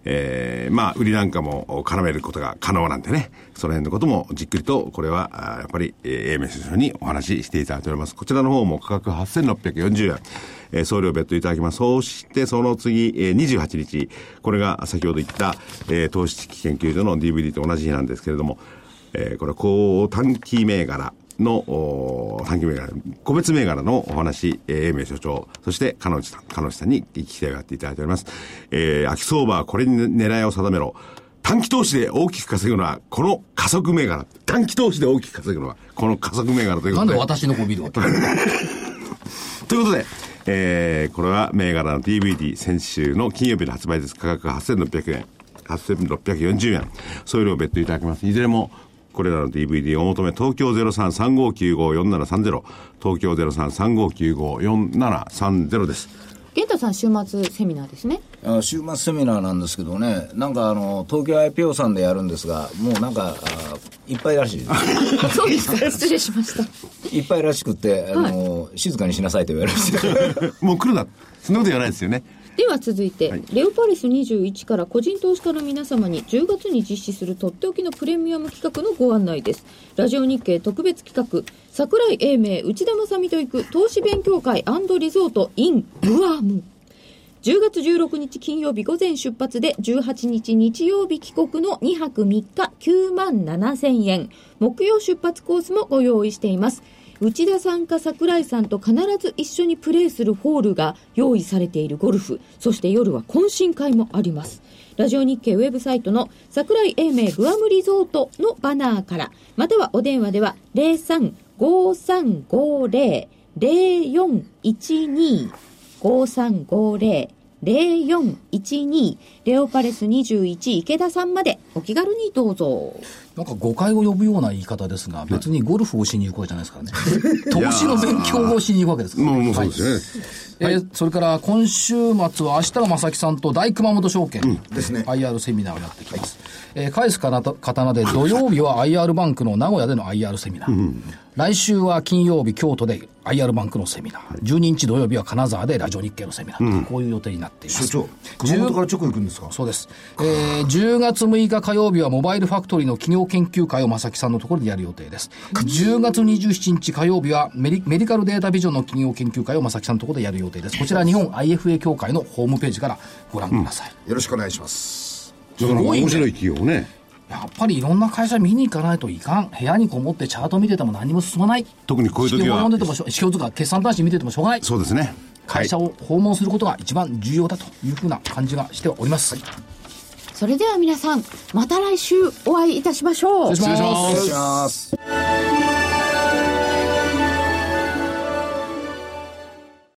[SPEAKER 4] えーまあ、売りなんかも絡めることが可能なんでね、その辺のこともじっくりと、これは、あーやっぱり、えー、英明先生にお話ししていただいております。こちらの方も価格8640円、えー送料別途いただきます。そして、その次、えー28日、これが先ほど言った、えー投資知識研究所の DVD と同じ日なんですけれども、えーこれは高短期銘柄の、おー短期銘柄、個別銘柄のお話、えー、英明所長、そして、彼内さん、彼内さんに聞き手をやっていただいております。えー、秋相場はこれに狙いを定めろ。短期投資で大きく稼ぐのは、この加速銘柄。短期投資で大きく稼ぐのは、この加速銘柄という
[SPEAKER 2] な
[SPEAKER 4] こと
[SPEAKER 2] んで
[SPEAKER 4] で。
[SPEAKER 2] 私のこびるわけ
[SPEAKER 4] ということで、えーこれは銘柄の DVD、先週の金曜日の発売です。価格8600円、8640円。送料別途いただきます。いずれも、これらの DVD お求め、東京0335954730、東京0335954730です。
[SPEAKER 1] 玄太さん、週末セミナーですね。
[SPEAKER 3] あ週末セミナーなんですけどね、なんかあの東京 IPO さんでやるんですが、もうなんか、あいっぱいらしいです
[SPEAKER 1] そうですか。 失礼しました。
[SPEAKER 3] いっぱいらしくて、あの静かにしなさいと言われました。
[SPEAKER 4] もう来るな。そんなこと言わないですよね。
[SPEAKER 1] では続いて、レオパレス21から個人投資家の皆様に10月に実施するとっておきのプレミアム企画のご案内ですラジオ日経特別企画桜井英明内田正美と行く投資勉強会リゾート in グアム10月16日金曜日午前出発で18日日曜日帰国の2泊3日9万7000円木曜出発コースもご用意しています内田さんか桜井さんと必ず一緒にプレーするホールが用意されているゴルフそして夜は懇親会もありますラジオ日経ウェブサイトの桜井英明グアムリゾートのバナーからまたはお電話では0353500412 5350-0412レオパレス21池田さんまでお気軽にどうぞ。
[SPEAKER 2] なんか誤解を呼ぶような言い方ですが別にゴルフをしに行くわけじゃないですからね投資の勉強をしに行くわけですから
[SPEAKER 4] もう、もうそ
[SPEAKER 2] は
[SPEAKER 4] う
[SPEAKER 2] い
[SPEAKER 4] ですね。
[SPEAKER 2] えーそれから今週末は明日は正木さんと大熊本証券、
[SPEAKER 5] ですね
[SPEAKER 2] IR セミナーをやってきます、えー返すかなと刀で土曜日は IR バンクの名古屋での IR セミナー、来週は金曜日京都で IR バンクのセミナー、12日土曜日は金沢でラジオ日経のセミナー、こういう予定になっています
[SPEAKER 5] 所長熊本から直行くんですか
[SPEAKER 2] そうです、えー10月6日火曜日はモバイルファクトリーの企業研究会を正木さんのところでやる予定です10月27日火曜日はメリメディカルデータビジョンの企業研究会を正木さんのところでやる予定ですこちら日本 IFA 協会のホームページからご覧ください、
[SPEAKER 5] よろしくお願いします
[SPEAKER 4] なかなか面白い企業ね。
[SPEAKER 2] やっぱりいろんな会社見に行かないといかん部屋にこもってチャート見てても何も進まない
[SPEAKER 4] 特にこういう時は
[SPEAKER 2] 指標を読んでてもしょ指標とか決算端子見ててもしょうがない
[SPEAKER 4] そうですね。
[SPEAKER 2] 会社
[SPEAKER 4] はい
[SPEAKER 2] を訪問することが一番重要だというふうな感じがしております、
[SPEAKER 1] それでは皆さん、また来週お会いいたしましょう。
[SPEAKER 2] 失礼します
[SPEAKER 5] お願いします